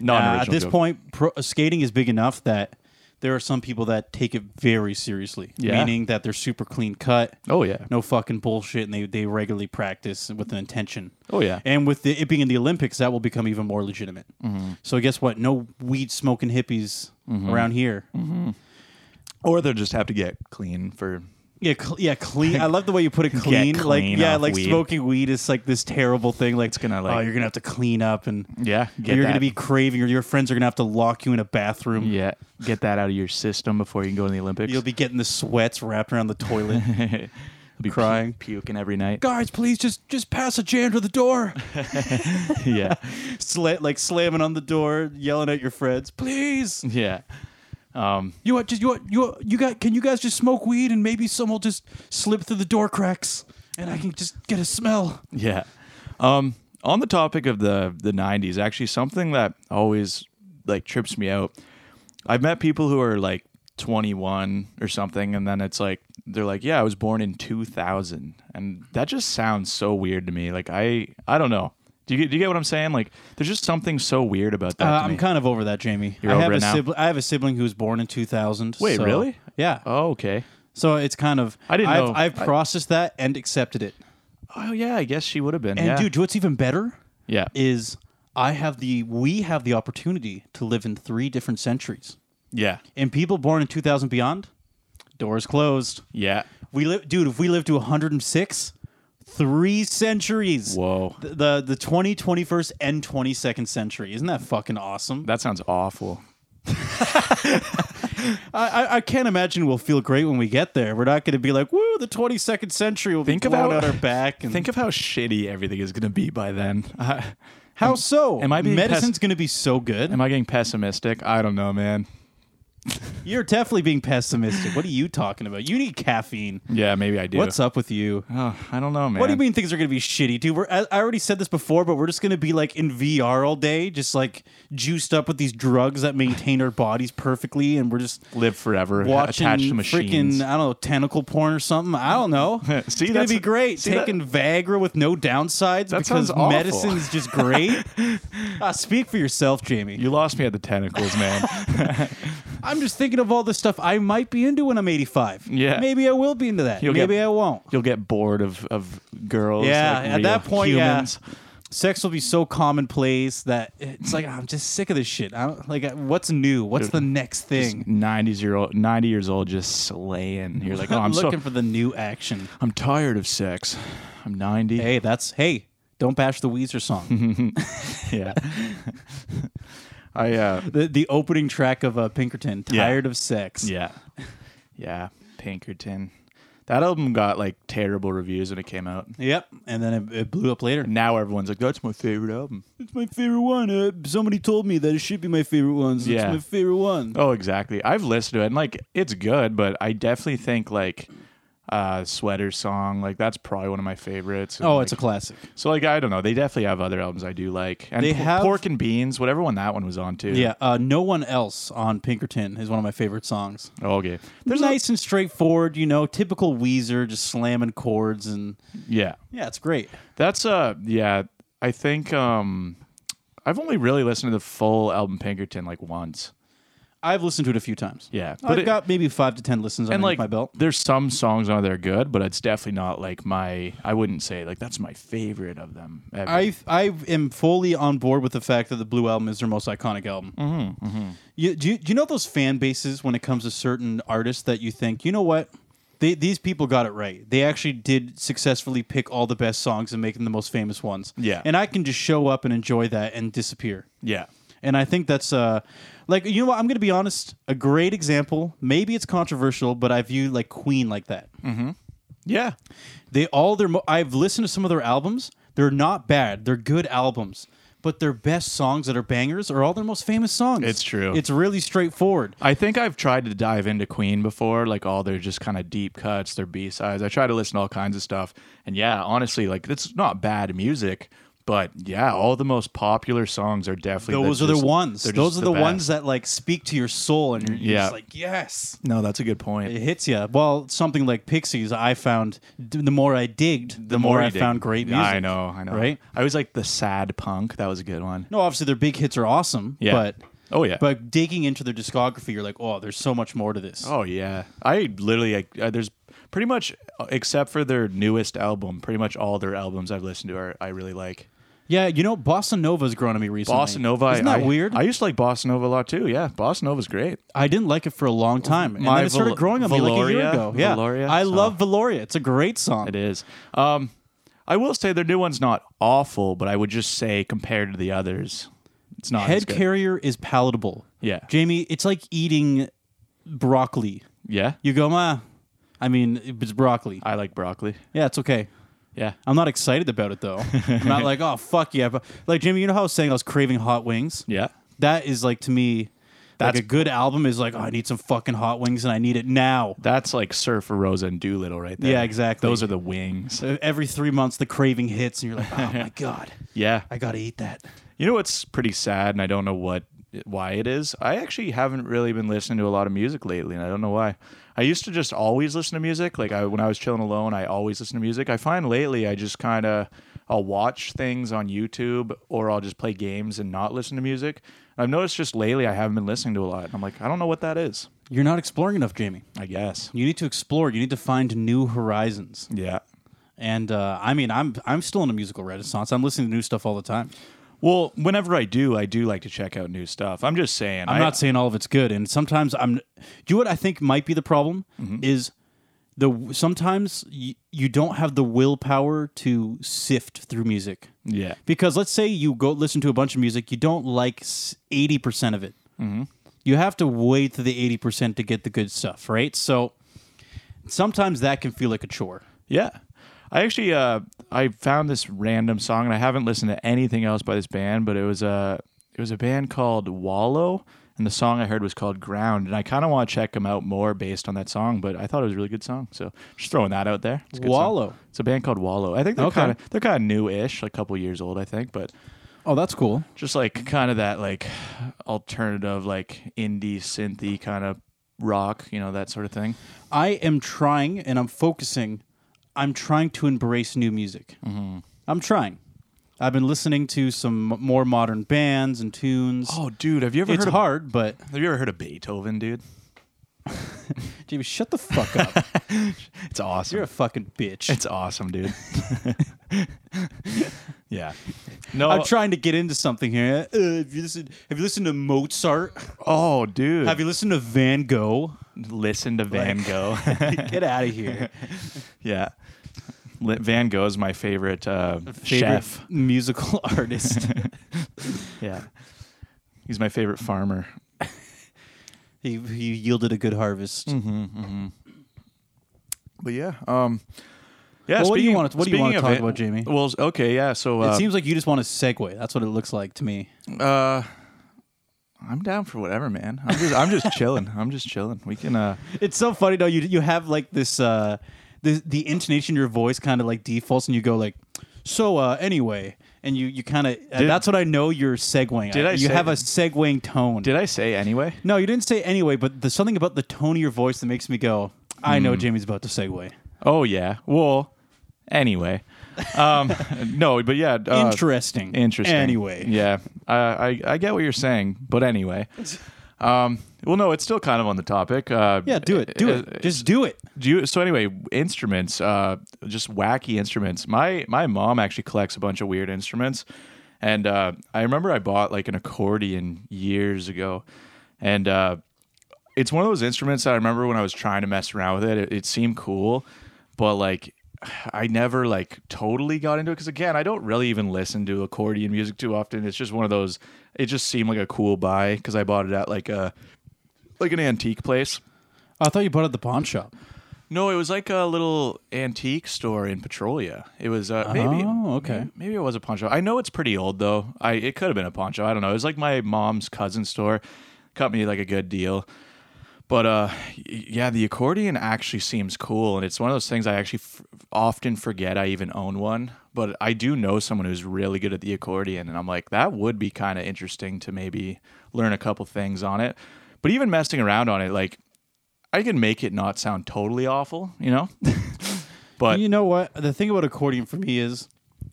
[SPEAKER 1] not an
[SPEAKER 2] Uh,
[SPEAKER 1] original
[SPEAKER 2] at this
[SPEAKER 1] joke.
[SPEAKER 2] point, pro- uh, skating is big enough that there are some people that take it very seriously,
[SPEAKER 1] Yeah.
[SPEAKER 2] meaning that they're super clean cut.
[SPEAKER 1] Oh yeah,
[SPEAKER 2] No fucking bullshit, and they, they regularly practice with an intention.
[SPEAKER 1] Oh, yeah.
[SPEAKER 2] and with the, it being in the Olympics, that will become even more legitimate.
[SPEAKER 1] Mm-hmm.
[SPEAKER 2] So guess what? No weed smoking hippies around here.
[SPEAKER 1] Mm-hmm. or they'll just have to get clean for.
[SPEAKER 2] Yeah, cl- yeah, clean. I love the way you put it. Clean, like
[SPEAKER 1] clean
[SPEAKER 2] yeah,
[SPEAKER 1] off
[SPEAKER 2] like
[SPEAKER 1] weed.
[SPEAKER 2] smoking weed is like this terrible thing. Like it's
[SPEAKER 1] gonna, like-
[SPEAKER 2] oh, you're gonna have to clean up, and
[SPEAKER 1] Yeah, get
[SPEAKER 2] you're
[SPEAKER 1] that.
[SPEAKER 2] gonna be craving, or your friends are gonna have to lock you in a bathroom.
[SPEAKER 1] Yeah, get that out of your system before you can go to the Olympics.
[SPEAKER 2] You'll be getting the sweats wrapped around the toilet.
[SPEAKER 1] be
[SPEAKER 2] crying.
[SPEAKER 1] pu- puking every night.
[SPEAKER 2] Guards, please just just pass a jam to the door.
[SPEAKER 1] yeah,
[SPEAKER 2] Sla- like slamming on the door, yelling at your friends, please.
[SPEAKER 1] yeah.
[SPEAKER 2] You want just you want you want, you got? Can you guys just smoke weed and maybe some will just slip through the door cracks and I can just get a smell.
[SPEAKER 1] Yeah. Um, on the topic of the the '90s, actually, something that always like trips me out. I've met people who are like 21 or something, and then it's like they're like, "Yeah, I was born in 2000," and that just sounds so weird to me. Like I, I don't know. Do you, get- do you get what I'm saying? Like, there's just something so weird about that.
[SPEAKER 2] Uh,
[SPEAKER 1] to
[SPEAKER 2] I'm
[SPEAKER 1] me.
[SPEAKER 2] kind of over that, Jamie.
[SPEAKER 1] You're
[SPEAKER 2] I
[SPEAKER 1] over
[SPEAKER 2] have
[SPEAKER 1] it
[SPEAKER 2] a
[SPEAKER 1] now?
[SPEAKER 2] sibling. I have a sibling who was born in 2000.
[SPEAKER 1] Wait,
[SPEAKER 2] so-
[SPEAKER 1] really?
[SPEAKER 2] Yeah.
[SPEAKER 1] oh, okay.
[SPEAKER 2] so it's kind of
[SPEAKER 1] I didn't
[SPEAKER 2] I've,
[SPEAKER 1] know.
[SPEAKER 2] I've
[SPEAKER 1] I-
[SPEAKER 2] processed that and accepted it.
[SPEAKER 1] Oh yeah, I guess she would have been.
[SPEAKER 2] And
[SPEAKER 1] yeah.
[SPEAKER 2] dude, you know what's even better?
[SPEAKER 1] yeah,
[SPEAKER 2] is I have the we have the opportunity to live in three different centuries.
[SPEAKER 1] yeah,
[SPEAKER 2] And people born in 2000 beyond, doors closed.
[SPEAKER 1] yeah.
[SPEAKER 2] We live dude, if we live to 106, three centuries.
[SPEAKER 1] Whoa.
[SPEAKER 2] The, the the 20, 21st and 22nd century. Isn't that fucking awesome?
[SPEAKER 1] That sounds awful.
[SPEAKER 2] I I, I can't imagine we'll feel great when we get there. We're not going to be like, "Woo, the 22nd century will
[SPEAKER 1] Think
[SPEAKER 2] be blown
[SPEAKER 1] about-
[SPEAKER 2] out our back." And
[SPEAKER 1] Think of how shitty everything is gonna be by then. I-
[SPEAKER 2] how so?
[SPEAKER 1] am I being
[SPEAKER 2] Medicine's going to be so good.
[SPEAKER 1] Am I getting pessimistic? I don't know, man.
[SPEAKER 2] You're definitely being pessimistic. What are you talking about? You need caffeine.
[SPEAKER 1] Yeah, maybe I do.
[SPEAKER 2] What's up with you?
[SPEAKER 1] Oh, I don't know, man.
[SPEAKER 2] What do you mean things are going to be shitty, dude? We're, I I already said this before, but we're just going to be like in VR all day, just like juiced up with these drugs that maintain our bodies perfectly, and we're just
[SPEAKER 1] Live forever
[SPEAKER 2] watching
[SPEAKER 1] attached to
[SPEAKER 2] freaking
[SPEAKER 1] machines.
[SPEAKER 2] I don't know tentacle porn or something. I don't know. it's
[SPEAKER 1] See,
[SPEAKER 2] going
[SPEAKER 1] that's-
[SPEAKER 2] to be great.
[SPEAKER 1] see
[SPEAKER 2] Taking Viagra with no downsides
[SPEAKER 1] That
[SPEAKER 2] because
[SPEAKER 1] sounds awful.
[SPEAKER 2] medicine's just great. uh, speak for yourself, Jamie.
[SPEAKER 1] You lost me at the tentacles, man.
[SPEAKER 2] I'm just thinking of all the stuff I might be into when I'm 85.
[SPEAKER 1] Yeah.
[SPEAKER 2] maybe I will be into that.
[SPEAKER 1] You'll get-
[SPEAKER 2] maybe I won't.
[SPEAKER 1] You'll get bored of of girls.
[SPEAKER 2] Yeah,
[SPEAKER 1] like
[SPEAKER 2] at
[SPEAKER 1] real
[SPEAKER 2] that point,
[SPEAKER 1] humans.
[SPEAKER 2] yeah, sex will be so commonplace that it's like I'm just sick of this shit. I don't, like, uh, what's new? What's the next thing?
[SPEAKER 1] Nineties year old, ninety years old, just slaying. You're like, oh,
[SPEAKER 2] I'm
[SPEAKER 1] I'm so,
[SPEAKER 2] looking for the new action.
[SPEAKER 1] I'm tired of sex. I'm ninety.
[SPEAKER 2] Hey, that's hey. Don't bash the Weezer song.
[SPEAKER 1] Yeah. I uh,
[SPEAKER 2] the the opening track of uh, Pinkerton,
[SPEAKER 1] Yeah.
[SPEAKER 2] "Tired of Sex."
[SPEAKER 1] Yeah. Yeah. Pinkerton. That album got like terrible reviews when it came out.
[SPEAKER 2] Yep. And then it, it blew up later.
[SPEAKER 1] Now everyone's like, that's my favorite album.
[SPEAKER 2] It's my favorite one. Uh, somebody told me that it should be my favorite one. So
[SPEAKER 1] Yeah.
[SPEAKER 2] It's my favorite one.
[SPEAKER 1] Oh, exactly. I've listened to it and like it's good, but I definitely think like uh, sweater song. Like that's probably one of my favorites. And,
[SPEAKER 2] Oh, it's a
[SPEAKER 1] like-
[SPEAKER 2] classic.
[SPEAKER 1] so like I don't know. They definitely have other albums I do like, and
[SPEAKER 2] They
[SPEAKER 1] P-
[SPEAKER 2] have-
[SPEAKER 1] Pork and Beans, whatever one that one was on too.
[SPEAKER 2] Yeah, uh, no one else on Pinkerton is one of my favorite songs.
[SPEAKER 1] Oh, okay.
[SPEAKER 2] They're nice and straightforward, you know, typical Weezer, just slamming chords and
[SPEAKER 1] Yeah.
[SPEAKER 2] yeah, it's great.
[SPEAKER 1] That's uh yeah, I think um I've only really listened to the full album Pinkerton like once.
[SPEAKER 2] I've listened to it a few times.
[SPEAKER 1] Yeah, but
[SPEAKER 2] I've
[SPEAKER 1] it-
[SPEAKER 2] got maybe five to ten listens on
[SPEAKER 1] And like
[SPEAKER 2] my belt.
[SPEAKER 1] there's some songs on there good, but it's definitely not like my I wouldn't say like that's my favorite of them. Ever.
[SPEAKER 2] I I am fully on board with the fact that the Blue album is their most iconic album. Mm-hmm, You, do you do you know those fan bases when it comes to certain artists that you think you know what they, these people got it right. They actually did successfully pick all the best songs and make them the most famous ones.
[SPEAKER 1] Yeah.
[SPEAKER 2] and I can just show up and enjoy that and disappear.
[SPEAKER 1] yeah.
[SPEAKER 2] And I think that's uh like you know what I'm going to be honest, a great example. Maybe it's controversial, but I view like Queen like that.
[SPEAKER 1] Hmm. Yeah.
[SPEAKER 2] They all their mo- I've listened to some of their albums. They're not bad. They're good albums. But their best songs that are bangers are all their most famous songs.
[SPEAKER 1] It's true.
[SPEAKER 2] It's really straightforward.
[SPEAKER 1] I think I've tried to dive into Queen before, like all their just kind of deep cuts, their B sides. I try to listen to all kinds of stuff, and yeah, honestly, like it's not bad music, but yeah, all the most popular songs are definitely
[SPEAKER 2] Those
[SPEAKER 1] the-
[SPEAKER 2] are the
[SPEAKER 1] just-
[SPEAKER 2] ones.
[SPEAKER 1] they're
[SPEAKER 2] Those
[SPEAKER 1] just
[SPEAKER 2] are the,
[SPEAKER 1] best.
[SPEAKER 2] ones that like speak to your soul and you're, you're
[SPEAKER 1] Yeah.
[SPEAKER 2] just like, yes.
[SPEAKER 1] No, that's a good point.
[SPEAKER 2] It hits you. Well, something like Pixies, I found d- the more I digged, the, more,
[SPEAKER 1] you
[SPEAKER 2] I
[SPEAKER 1] dig.
[SPEAKER 2] found great music.
[SPEAKER 1] I know, I know.
[SPEAKER 2] Right?
[SPEAKER 1] I was like the sad punk. That was a good one.
[SPEAKER 2] No, obviously their big hits are awesome.
[SPEAKER 1] Yeah.
[SPEAKER 2] But
[SPEAKER 1] Oh, yeah.
[SPEAKER 2] But digging into their discography, you're like, oh, there's so much more to this.
[SPEAKER 1] Oh yeah, I literally like uh, there's pretty much uh, except for their newest album, pretty much all their albums I've listened to are I really like.
[SPEAKER 2] Yeah, you know, Bossa Nova's grown on me recently.
[SPEAKER 1] Bossa Nova,
[SPEAKER 2] Isn't that
[SPEAKER 1] I,
[SPEAKER 2] weird?
[SPEAKER 1] I used to like Bossa Nova a lot too. Yeah, Bossa Nova's great.
[SPEAKER 2] I didn't like it for a long time, and
[SPEAKER 1] My
[SPEAKER 2] then it started
[SPEAKER 1] Val-
[SPEAKER 2] growing on me like a year
[SPEAKER 1] Valoria-
[SPEAKER 2] ago. Yeah,
[SPEAKER 1] Valoria
[SPEAKER 2] I
[SPEAKER 1] song.
[SPEAKER 2] love Valoria. It's a great song.
[SPEAKER 1] It is. Um, I will say their new one's not awful, but I would just say compared to the others, it's not as
[SPEAKER 2] Head
[SPEAKER 1] good.
[SPEAKER 2] Carrier is palatable.
[SPEAKER 1] Yeah.
[SPEAKER 2] Jamie, it's like eating broccoli.
[SPEAKER 1] Yeah,
[SPEAKER 2] You go, ma. I mean, it's broccoli.
[SPEAKER 1] I like broccoli.
[SPEAKER 2] Yeah, it's okay.
[SPEAKER 1] Yeah,
[SPEAKER 2] I'm not excited about it though. I'm not like, oh fuck yeah. But like Jamie, you know how I was saying I was craving hot wings.
[SPEAKER 1] yeah.
[SPEAKER 2] That is like to me.
[SPEAKER 1] That's-
[SPEAKER 2] like a good album is like, oh, I need some fucking hot wings and I need it now.
[SPEAKER 1] That's like Surfer Rosa and Doolittle right there.
[SPEAKER 2] Yeah, exactly.
[SPEAKER 1] Those are the wings.
[SPEAKER 2] Every three months, the craving hits, and you're like, oh my god,
[SPEAKER 1] Yeah.
[SPEAKER 2] I gotta eat that.
[SPEAKER 1] You know what's pretty sad, and I don't know what why it is. I actually haven't really been listening to a lot of music lately, and I don't know why. I used to just always listen to music. Like I, when I was chilling alone, I always listen to music. I find lately I just kind of I'll watch things on YouTube or I'll just play games and not listen to music. I've noticed just lately I haven't been listening to a lot. I'm like, I don't know what that is.
[SPEAKER 2] You're not exploring enough, Jamie.
[SPEAKER 1] I guess.
[SPEAKER 2] You need to explore. You need to find new horizons.
[SPEAKER 1] Yeah.
[SPEAKER 2] And uh, I mean, I'm I'm still in a musical renaissance. I'm listening to new stuff all the time.
[SPEAKER 1] Well, whenever I do, I do like to check out new stuff. I'm just saying.
[SPEAKER 2] I'm
[SPEAKER 1] I-
[SPEAKER 2] not saying all of it's good, and sometimes I'm. Do you know what I think might be the problem
[SPEAKER 1] Mm-hmm.
[SPEAKER 2] is the sometimes y- you don't have the willpower to sift through music.
[SPEAKER 1] Yeah.
[SPEAKER 2] Because let's say you go listen to a bunch of music, you don't like eighty percent of it. You have to wait to the eighty percent to get the good stuff, right? So sometimes that can feel like a chore.
[SPEAKER 1] Yeah. I actually uh I found this random song and I haven't listened to anything else by this band, but it was a it was a band called Wallow and the song I heard was called Ground and I kind of want to check them out more based on that song, but I thought it was a really good song. So just throwing that out there. It's a good song.
[SPEAKER 2] Wallow.
[SPEAKER 1] It's a band called Wallow. I think they're
[SPEAKER 2] Okay.
[SPEAKER 1] kind of they're kind of new-ish, like a couple years old, I think, but
[SPEAKER 2] Oh, that's cool.
[SPEAKER 1] just like kind of that like alternative like indie synthy kind of rock, you know, that sort of thing.
[SPEAKER 2] I am trying and I'm focusing. I'm trying to embrace new music. I'm trying. I've been listening to some m- more modern bands and tunes.
[SPEAKER 1] Oh, dude, have you ever
[SPEAKER 2] it's
[SPEAKER 1] heard
[SPEAKER 2] hard, but
[SPEAKER 1] of Have you ever heard of Beethoven, dude?
[SPEAKER 2] Jamie, shut the fuck up.
[SPEAKER 1] It's awesome.
[SPEAKER 2] You're a fucking bitch.
[SPEAKER 1] It's awesome, dude. yeah. No.
[SPEAKER 2] I'm trying to get into something here. Uh, have you listened? Have you listened to Mozart?
[SPEAKER 1] oh, dude.
[SPEAKER 2] Have you listened to Van Gogh?
[SPEAKER 1] listened to Van Gogh?
[SPEAKER 2] Get out of here.
[SPEAKER 1] yeah. Li- Van Gogh is my favorite, uh,
[SPEAKER 2] Favorite
[SPEAKER 1] chef.
[SPEAKER 2] musical artist.
[SPEAKER 1] Yeah. He's my favorite farmer.
[SPEAKER 2] he, he yielded a good harvest.
[SPEAKER 1] But yeah. Um. Yeah.
[SPEAKER 2] Well, what do you
[SPEAKER 1] speaking-
[SPEAKER 2] wanna- what do you
[SPEAKER 1] speaking
[SPEAKER 2] wanna
[SPEAKER 1] of
[SPEAKER 2] talk
[SPEAKER 1] it-
[SPEAKER 2] about, Jamie?
[SPEAKER 1] Well, okay, yeah. So
[SPEAKER 2] It
[SPEAKER 1] uh,
[SPEAKER 2] seems like you just want a segue. That's what it looks like to me.
[SPEAKER 1] uh, I'm down for whatever, man. I'm just, I'm just chilling. I'm just chilling. We can. Uh,
[SPEAKER 2] It's so funny though. You you have like this uh the the intonation of your voice kind of like defaults, and you go like, "So uh, anyway," and you you kind of
[SPEAKER 1] Did-
[SPEAKER 2] that's what I know you're segueing.
[SPEAKER 1] Did I
[SPEAKER 2] You
[SPEAKER 1] say-
[SPEAKER 2] have a segueing tone.
[SPEAKER 1] Did I say anyway?
[SPEAKER 2] no, you didn't say anyway, but there's something about the tone of your voice that makes me go, "I know Jamie's about to segue."
[SPEAKER 1] Oh yeah. Well, anyway. Um, no, but yeah. uh,
[SPEAKER 2] interesting.
[SPEAKER 1] Interesting.
[SPEAKER 2] Anyway.
[SPEAKER 1] Yeah, I, I I get what you're saying, but anyway. Um, well, no, it's still kind of on the topic. Uh,
[SPEAKER 2] Yeah, do it. Do it. Just do it.
[SPEAKER 1] Do you, so anyway, instruments, uh, just wacky instruments. My my mom actually collects a bunch of weird instruments, and uh, I remember I bought like an accordion years ago, and uh, it's one of those instruments that I remember when I was trying to mess around with it. It, it seemed cool, but like I never like totally got into it because again, I don't really even listen to accordion music too often. It's just one of those. It just seemed like a cool buy because I bought it at like a like an antique place.
[SPEAKER 2] I thought you bought it at the pawn shop.
[SPEAKER 1] No, it was like a little antique store in Petrolia. It was uh, maybe
[SPEAKER 2] Oh, okay.
[SPEAKER 1] Maybe, maybe it was a poncho. I know it's pretty old though. I it could have been a poncho. I don't know. It was like my mom's cousin's store. Cut me like a good deal. But uh, y- yeah, the accordion actually seems cool, and it's one of those things I actually f- often forget I even own one. But I do know someone who's really good at the accordion, and I'm like, that would be kind of interesting to maybe learn a couple things on it. But even messing around on it, like I can make it not sound totally awful, you know. but
[SPEAKER 2] you know what? The thing about accordion for me is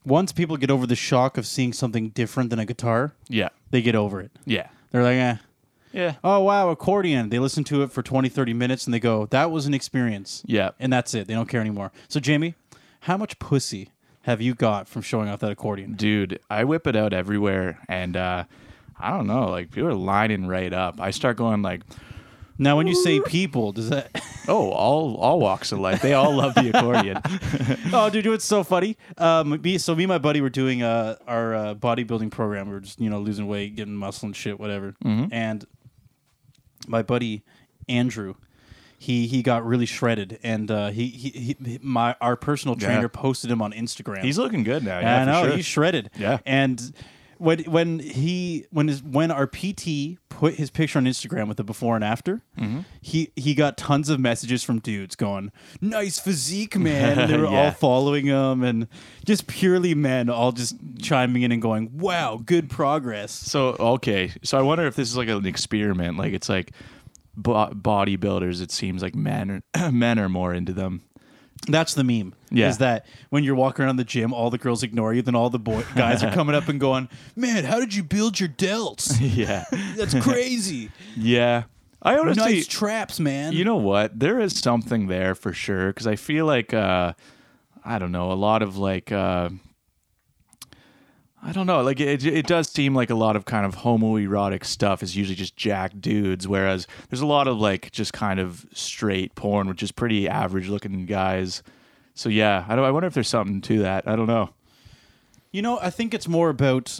[SPEAKER 2] once people get over the shock of seeing something different than a guitar,
[SPEAKER 1] yeah,
[SPEAKER 2] they get over it.
[SPEAKER 1] yeah,
[SPEAKER 2] They're like, eh.
[SPEAKER 1] yeah,
[SPEAKER 2] Oh, wow, accordion. They listen to it for 20, 30 minutes and they go, that was an experience.
[SPEAKER 1] yeah.
[SPEAKER 2] And that's it. They don't care anymore. So, Jamie, how much pussy have you got from showing off that accordion?
[SPEAKER 1] dude i whip it out everywhere and uh i don't know like people are lining right up i start going like
[SPEAKER 2] Now, when you say
[SPEAKER 1] Mm.
[SPEAKER 2] people, does that.
[SPEAKER 1] oh all all walks of life they all love the accordion
[SPEAKER 2] oh, dude, it's so funny. Um, me, so me and my buddy were doing uh, our uh, bodybuilding program. We were just you know losing weight, getting muscle and shit, whatever.
[SPEAKER 1] Mm-hmm.
[SPEAKER 2] And my buddy Andrew, he he got really shredded, and uh, he, he he my our personal
[SPEAKER 1] Yeah.
[SPEAKER 2] trainer posted him on Instagram.
[SPEAKER 1] he's looking good now
[SPEAKER 2] I
[SPEAKER 1] yeah,
[SPEAKER 2] know
[SPEAKER 1] for sure.
[SPEAKER 2] he's shredded.
[SPEAKER 1] Yeah.
[SPEAKER 2] and. When, when he when his when our PT put his picture on Instagram with the before and after,
[SPEAKER 1] Mm-hmm.
[SPEAKER 2] he he got tons of messages from dudes going, "Nice physique, man." And they were all
[SPEAKER 1] Yeah.
[SPEAKER 2] following him, and just purely men all just chiming in and going, "Wow, good progress."
[SPEAKER 1] so okay so i wonder if this is like an experiment like it's like bo- bodybuilders it seems like men are, men are more into them
[SPEAKER 2] That's the meme.
[SPEAKER 1] Yeah.
[SPEAKER 2] Is that when you're walking around the gym, all the girls ignore you, then all the boy guys are coming up and going, "Man, how did you build your delts?
[SPEAKER 1] yeah
[SPEAKER 2] That's crazy.
[SPEAKER 1] yeah i honestly
[SPEAKER 2] nice traps, man."
[SPEAKER 1] You know what? There is something there for sure because I feel like uh, I don't know a lot of like uh, I don't know like it. It does seem like a lot of kind of homoerotic stuff is usually just jack dudes, whereas there's a lot of like just kind of straight porn, which is pretty average looking guys. So yeah, I don't. I wonder if there's something to that. I don't know.
[SPEAKER 2] You know, I think it's more about.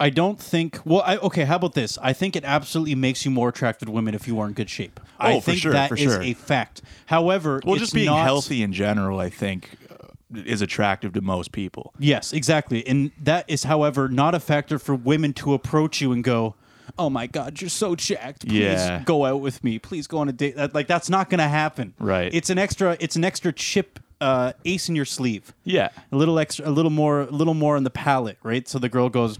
[SPEAKER 2] I don't think. Well, I, okay. How about this? I think it absolutely makes you more attracted to women if you are in good shape. I
[SPEAKER 1] Oh, for
[SPEAKER 2] think
[SPEAKER 1] sure,
[SPEAKER 2] that
[SPEAKER 1] for
[SPEAKER 2] is
[SPEAKER 1] sure.
[SPEAKER 2] a fact. However,
[SPEAKER 1] Well,
[SPEAKER 2] it's
[SPEAKER 1] just being
[SPEAKER 2] not-
[SPEAKER 1] healthy in general, I think, uh, is attractive to most people.
[SPEAKER 2] Yes, exactly, and that is, however, not a factor for women to approach you and go, "Oh my God, you're so jacked. Please
[SPEAKER 1] Yeah.
[SPEAKER 2] go out with me. Please go on a date." That- Like that's not going to happen.
[SPEAKER 1] Right.
[SPEAKER 2] It's an extra. It's an extra chip, uh, ace in your sleeve.
[SPEAKER 1] Yeah.
[SPEAKER 2] a little extra, a little more, a little more on the palate, right? So the girl goes,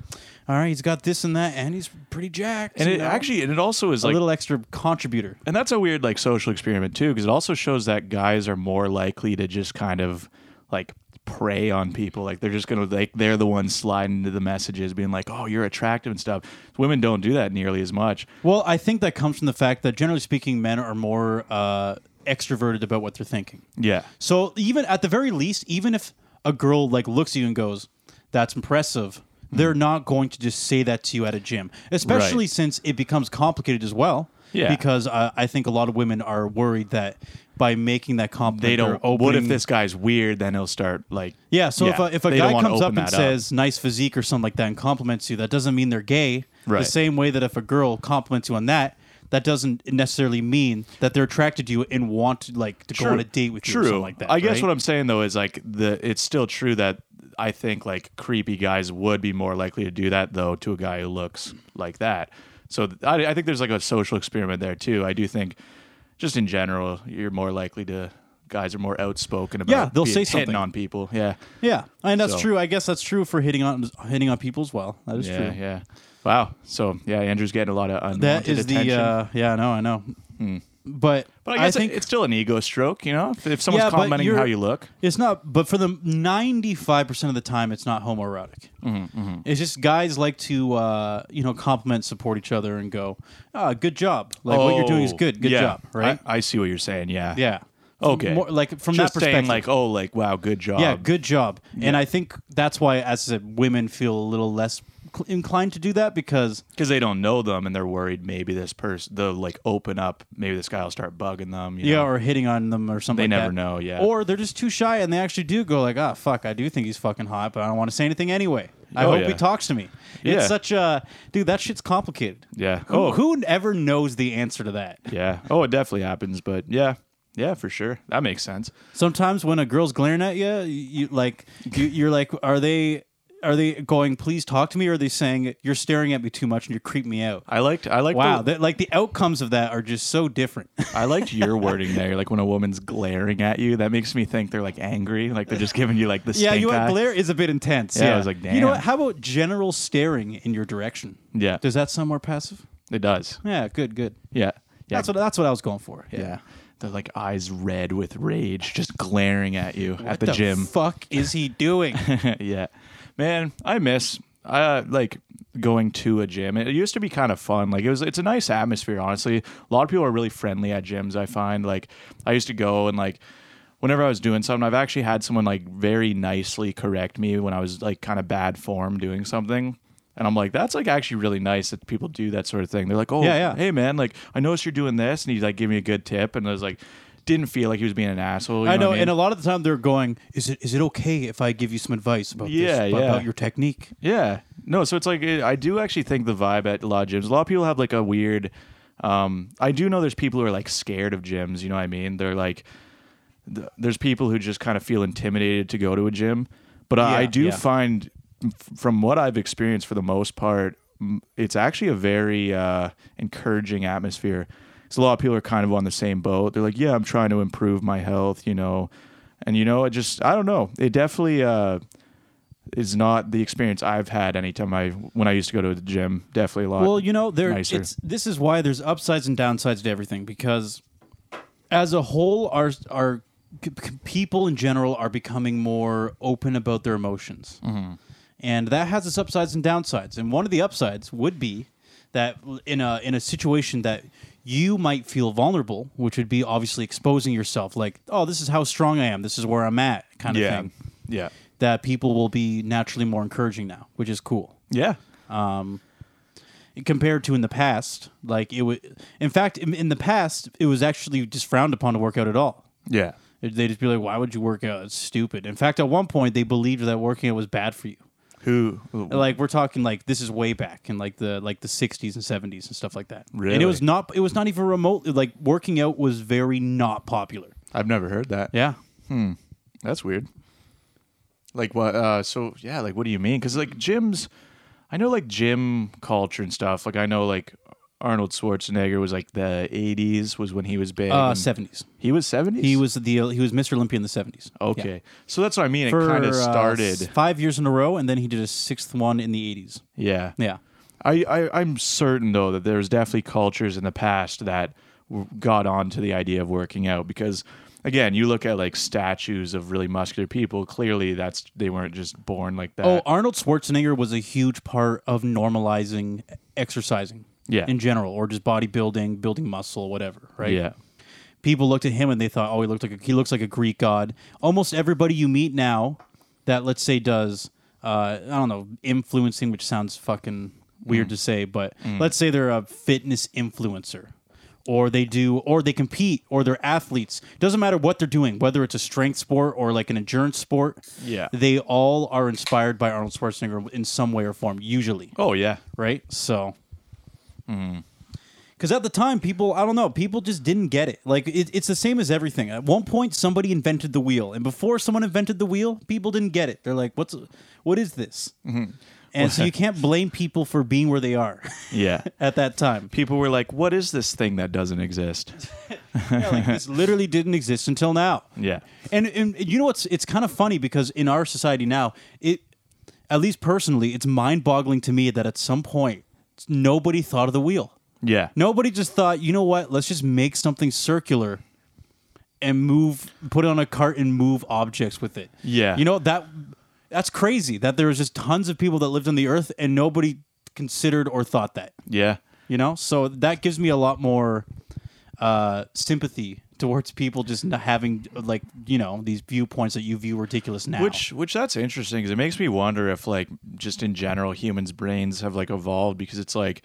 [SPEAKER 2] "All right, he's got this and that, and he's pretty jacked."
[SPEAKER 1] And
[SPEAKER 2] you
[SPEAKER 1] it
[SPEAKER 2] know?
[SPEAKER 1] actually, and it also is
[SPEAKER 2] a
[SPEAKER 1] like
[SPEAKER 2] little extra contributor.
[SPEAKER 1] and that's a weird like social experiment too because it also shows that guys are more likely to just kind of like prey on people like they're just gonna like they're the ones sliding into the messages being like oh you're attractive and stuff women don't do that nearly as much
[SPEAKER 2] Well, I think that comes from the fact that generally speaking, men are more uh, extroverted about what they're thinking.
[SPEAKER 1] yeah
[SPEAKER 2] So even at the very least, even if a girl like looks at you and goes, "That's impressive," they're not going to just say that to you at a gym, especially
[SPEAKER 1] Hmm. Right.
[SPEAKER 2] since it becomes complicated as well.
[SPEAKER 1] Yeah.
[SPEAKER 2] because uh, I think a lot of women are worried that by making that compliment,
[SPEAKER 1] they don't
[SPEAKER 2] they're opening,
[SPEAKER 1] what if this guy's weird then he'll start like
[SPEAKER 2] Yeah, so if a, if a
[SPEAKER 1] They don't
[SPEAKER 2] guy
[SPEAKER 1] wanna
[SPEAKER 2] comes up
[SPEAKER 1] open
[SPEAKER 2] and
[SPEAKER 1] that
[SPEAKER 2] says nice physique or something like that and compliments you, that doesn't mean they're gay. The
[SPEAKER 1] Right.
[SPEAKER 2] same way that if a girl compliments you on that, that doesn't necessarily mean that they're attracted to you and want to like to go on a date with you or something like that.
[SPEAKER 1] I guess
[SPEAKER 2] right?
[SPEAKER 1] what I'm saying though is like the it's still true that I think like creepy guys would be more likely to do that though to a guy who looks like that. So th- I, I think there's like a social experiment there too. I do think just in general you're more likely to guys are more outspoken about
[SPEAKER 2] Yeah, they'll
[SPEAKER 1] being-
[SPEAKER 2] say
[SPEAKER 1] hitting
[SPEAKER 2] something.
[SPEAKER 1] on people. Yeah.
[SPEAKER 2] Yeah, and that's
[SPEAKER 1] So-
[SPEAKER 2] true. I guess that's true for hitting on hitting on people as well. That is
[SPEAKER 1] yeah,
[SPEAKER 2] true.
[SPEAKER 1] yeah. Wow. So yeah, Andrew's getting a lot of unwanted
[SPEAKER 2] That is
[SPEAKER 1] attention. Hmm.
[SPEAKER 2] the uh, yeah. I know. I know. But,
[SPEAKER 1] but I guess
[SPEAKER 2] think
[SPEAKER 1] it's still an ego stroke, you know. If, if someone's
[SPEAKER 2] Yeah, but
[SPEAKER 1] commenting
[SPEAKER 2] you're-
[SPEAKER 1] how you look,
[SPEAKER 2] It's not, but for the ninety-five percent of the time, it's not homoerotic.
[SPEAKER 1] Mm-hmm,
[SPEAKER 2] It's just guys like to, uh, you know, compliment, support each other, and go, "Ah, good job! Like what you're doing is
[SPEAKER 1] Oh,
[SPEAKER 2] good. Good
[SPEAKER 1] yeah.
[SPEAKER 2] job, right?
[SPEAKER 1] I, I see what you're saying. Yeah,
[SPEAKER 2] yeah.
[SPEAKER 1] Okay.
[SPEAKER 2] More, like from
[SPEAKER 1] Just
[SPEAKER 2] that perspective,
[SPEAKER 1] saying, like, um, oh, like, wow, good job.
[SPEAKER 2] yeah, good job. And I think that's why, as I said, women feel a little less cl- inclined to do that because
[SPEAKER 1] because they don't know them and they're worried maybe this person they'll like open up maybe this guy will start bugging them you
[SPEAKER 2] yeah,
[SPEAKER 1] know?
[SPEAKER 2] or hitting on them or something.
[SPEAKER 1] They
[SPEAKER 2] like
[SPEAKER 1] never
[SPEAKER 2] that.
[SPEAKER 1] know, yeah.
[SPEAKER 2] Or they're just too shy, and they actually do go like, "Ah, fuck! I do think he's fucking hot, but I don't want to say anything anyway. I
[SPEAKER 1] Oh,
[SPEAKER 2] hope he
[SPEAKER 1] yeah.
[SPEAKER 2] talks to me."
[SPEAKER 1] Yeah.
[SPEAKER 2] It's such a dude. That shit's complicated.
[SPEAKER 1] yeah
[SPEAKER 2] Who,
[SPEAKER 1] oh
[SPEAKER 2] who ever knows the answer to that?
[SPEAKER 1] yeah oh it definitely happens but yeah yeah for sure that makes sense
[SPEAKER 2] Sometimes when a girl's glaring at you, you, you like you, you're like, "Are they?" Are they going? Please talk to me. Or are they saying you're staring at me too much and you're creeping me out?
[SPEAKER 1] i liked i liked
[SPEAKER 2] Wow,
[SPEAKER 1] the-
[SPEAKER 2] that, like the outcomes of that are just so different.
[SPEAKER 1] i liked your wording there like when a woman's glaring at you that makes me think they're like angry like they're just giving you like the
[SPEAKER 2] yeah,
[SPEAKER 1] stink
[SPEAKER 2] you
[SPEAKER 1] eye.
[SPEAKER 2] know, glare is a bit intense.
[SPEAKER 1] Yeah, I was like,
[SPEAKER 2] You know what?
[SPEAKER 1] damn.
[SPEAKER 2] How about general staring in your direction?
[SPEAKER 1] Yeah.
[SPEAKER 2] does that sound more passive?
[SPEAKER 1] it does
[SPEAKER 2] Yeah, good, good.
[SPEAKER 1] yeah yeah
[SPEAKER 2] That's what that's what I was going for.
[SPEAKER 1] yeah they're like eyes red with rage just glaring at you at
[SPEAKER 2] What
[SPEAKER 1] the, gym
[SPEAKER 2] Fuck, is he doing?
[SPEAKER 1] yeah, man, I miss uh like going to a gym. It used to be kind of fun. Like it was, it's a nice atmosphere. Honestly, a lot of people are really friendly at gyms. I find like I used to go and like. Whenever I was doing something, I've actually had someone like very nicely correct me when I was like kind of bad form doing something. And I'm like, that's like actually really nice that people do that sort of thing. They're like, oh,
[SPEAKER 2] Yeah, yeah.
[SPEAKER 1] hey man, like I noticed you're doing this. And he's like, give me a good tip. And I was like, didn't feel like he was being an asshole. you
[SPEAKER 2] I
[SPEAKER 1] know,
[SPEAKER 2] know,
[SPEAKER 1] what I mean?
[SPEAKER 2] and a lot of the time they're going, "Is it is it okay if I give you some advice about
[SPEAKER 1] Yeah,
[SPEAKER 2] this
[SPEAKER 1] yeah.
[SPEAKER 2] about your technique?"
[SPEAKER 1] Yeah. No, so it's like it, I do actually think the vibe at a lot of gyms. A lot of people have like a weird. Um, I do know there's people who are like scared of gyms. You know what I mean? They're like, th- there's people who just kind of feel intimidated to go to a gym. But I, I
[SPEAKER 2] Yeah,
[SPEAKER 1] do
[SPEAKER 2] yeah.
[SPEAKER 1] find, f- from what I've experienced for the most part, m- it's actually a very uh, encouraging atmosphere. So a lot of people are kind of on the same boat. They're like, yeah, I'm trying to improve my health, you know, and you know, it just I don't know. It definitely. Uh, is not the experience I've had anytime I when I used to go to the gym. Definitely a lot.
[SPEAKER 2] Well, you know, there
[SPEAKER 1] nicer.
[SPEAKER 2] it's this is why there's upsides and downsides to everything because as a whole our our c- c- people in general are becoming more open about their emotions.
[SPEAKER 1] Mm-hmm.
[SPEAKER 2] And that has its upsides and downsides. And one of the upsides would be that in a in a situation that you might feel vulnerable, which would be obviously exposing yourself like, "Oh, this is how strong I am. This is where I'm at." kind of
[SPEAKER 1] yeah,
[SPEAKER 2] thing.
[SPEAKER 1] yeah,
[SPEAKER 2] That people will be naturally more encouraging now, which is cool
[SPEAKER 1] yeah,
[SPEAKER 2] compared to in the past. Like it would, in fact, in, in the past, it was actually just frowned upon to work out at all.
[SPEAKER 1] yeah.
[SPEAKER 2] They just be like, "Why would you work out? It's stupid." In fact, at one point, they believed that working out was bad for you.
[SPEAKER 1] Who?
[SPEAKER 2] Like we're talking like this is way back in like the like the '60s and '70s and stuff like that. And
[SPEAKER 1] Really?
[SPEAKER 2] it was not. It was not even remote. Like working out was very not popular.
[SPEAKER 1] I've never heard that.
[SPEAKER 2] Yeah.
[SPEAKER 1] That's weird. Like what? Uh, so yeah, like what do you mean? Because like gyms, I know like gym culture and stuff. Like I know like Arnold Schwarzenegger was like the '80s was when he was big.
[SPEAKER 2] Uh,
[SPEAKER 1] and-
[SPEAKER 2] '70s.
[SPEAKER 1] He was '70s.
[SPEAKER 2] He was the he was Mr. Olympia in the '70s.
[SPEAKER 1] okay.
[SPEAKER 2] Yeah.
[SPEAKER 1] So that's what I mean. It
[SPEAKER 2] For,
[SPEAKER 1] kind
[SPEAKER 2] uh,
[SPEAKER 1] of started.
[SPEAKER 2] s- five years in a row, and then he did a sixth one in the '80s.
[SPEAKER 1] yeah.
[SPEAKER 2] Yeah.
[SPEAKER 1] I, I I'm certain though that there's definitely cultures in the past that w- got on to the idea of working out because again you look at like statues of really muscular people clearly that's they weren't just born like that
[SPEAKER 2] Oh, Arnold Schwarzenegger was a huge part of normalizing exercising.
[SPEAKER 1] Yeah.
[SPEAKER 2] In general, or just bodybuilding, building muscle, whatever, right?
[SPEAKER 1] yeah
[SPEAKER 2] People looked at him and they thought, "Oh, he looked like a, he looks like a Greek god." Almost everybody you meet now that let's say does uh, I don't know, influencing, which sounds fucking weird to say, but let's say they're a fitness influencer or they do or they compete or they're athletes. Doesn't matter what they're doing, whether it's a strength sport or like an endurance sport.
[SPEAKER 1] Yeah.
[SPEAKER 2] They all are inspired by Arnold Schwarzenegger in some way or form, usually
[SPEAKER 1] oh yeah
[SPEAKER 2] right? So, because at the time, people, I don't know, people just didn't get it. Like, it, it's the same as everything. At one point, somebody invented the wheel, and before someone invented the wheel, people didn't get it. They're like, "What's, what is this?" And so you can't blame people for being where they are
[SPEAKER 1] Yeah.
[SPEAKER 2] at that time.
[SPEAKER 1] People were like, "What is this thing that doesn't exist?"
[SPEAKER 2] Yeah, like, this literally didn't exist until now.
[SPEAKER 1] Yeah.
[SPEAKER 2] And, and you know what's it's kind of funny because in our society now, it at least personally, it's mind-boggling to me that at some point nobody thought of the wheel.
[SPEAKER 1] Yeah.
[SPEAKER 2] Nobody just thought, you know what? Let's just make something circular and move, put it on a cart and move objects with it.
[SPEAKER 1] Yeah.
[SPEAKER 2] You know that that's crazy that there was just tons of people that lived on the earth and nobody considered or thought that.
[SPEAKER 1] Yeah.
[SPEAKER 2] You know, so that gives me a lot more uh, sympathy towards people just not having like you know these viewpoints that you view ridiculous now.
[SPEAKER 1] Which which that's interesting because it makes me wonder if like just in general humans' brains have like evolved because it's like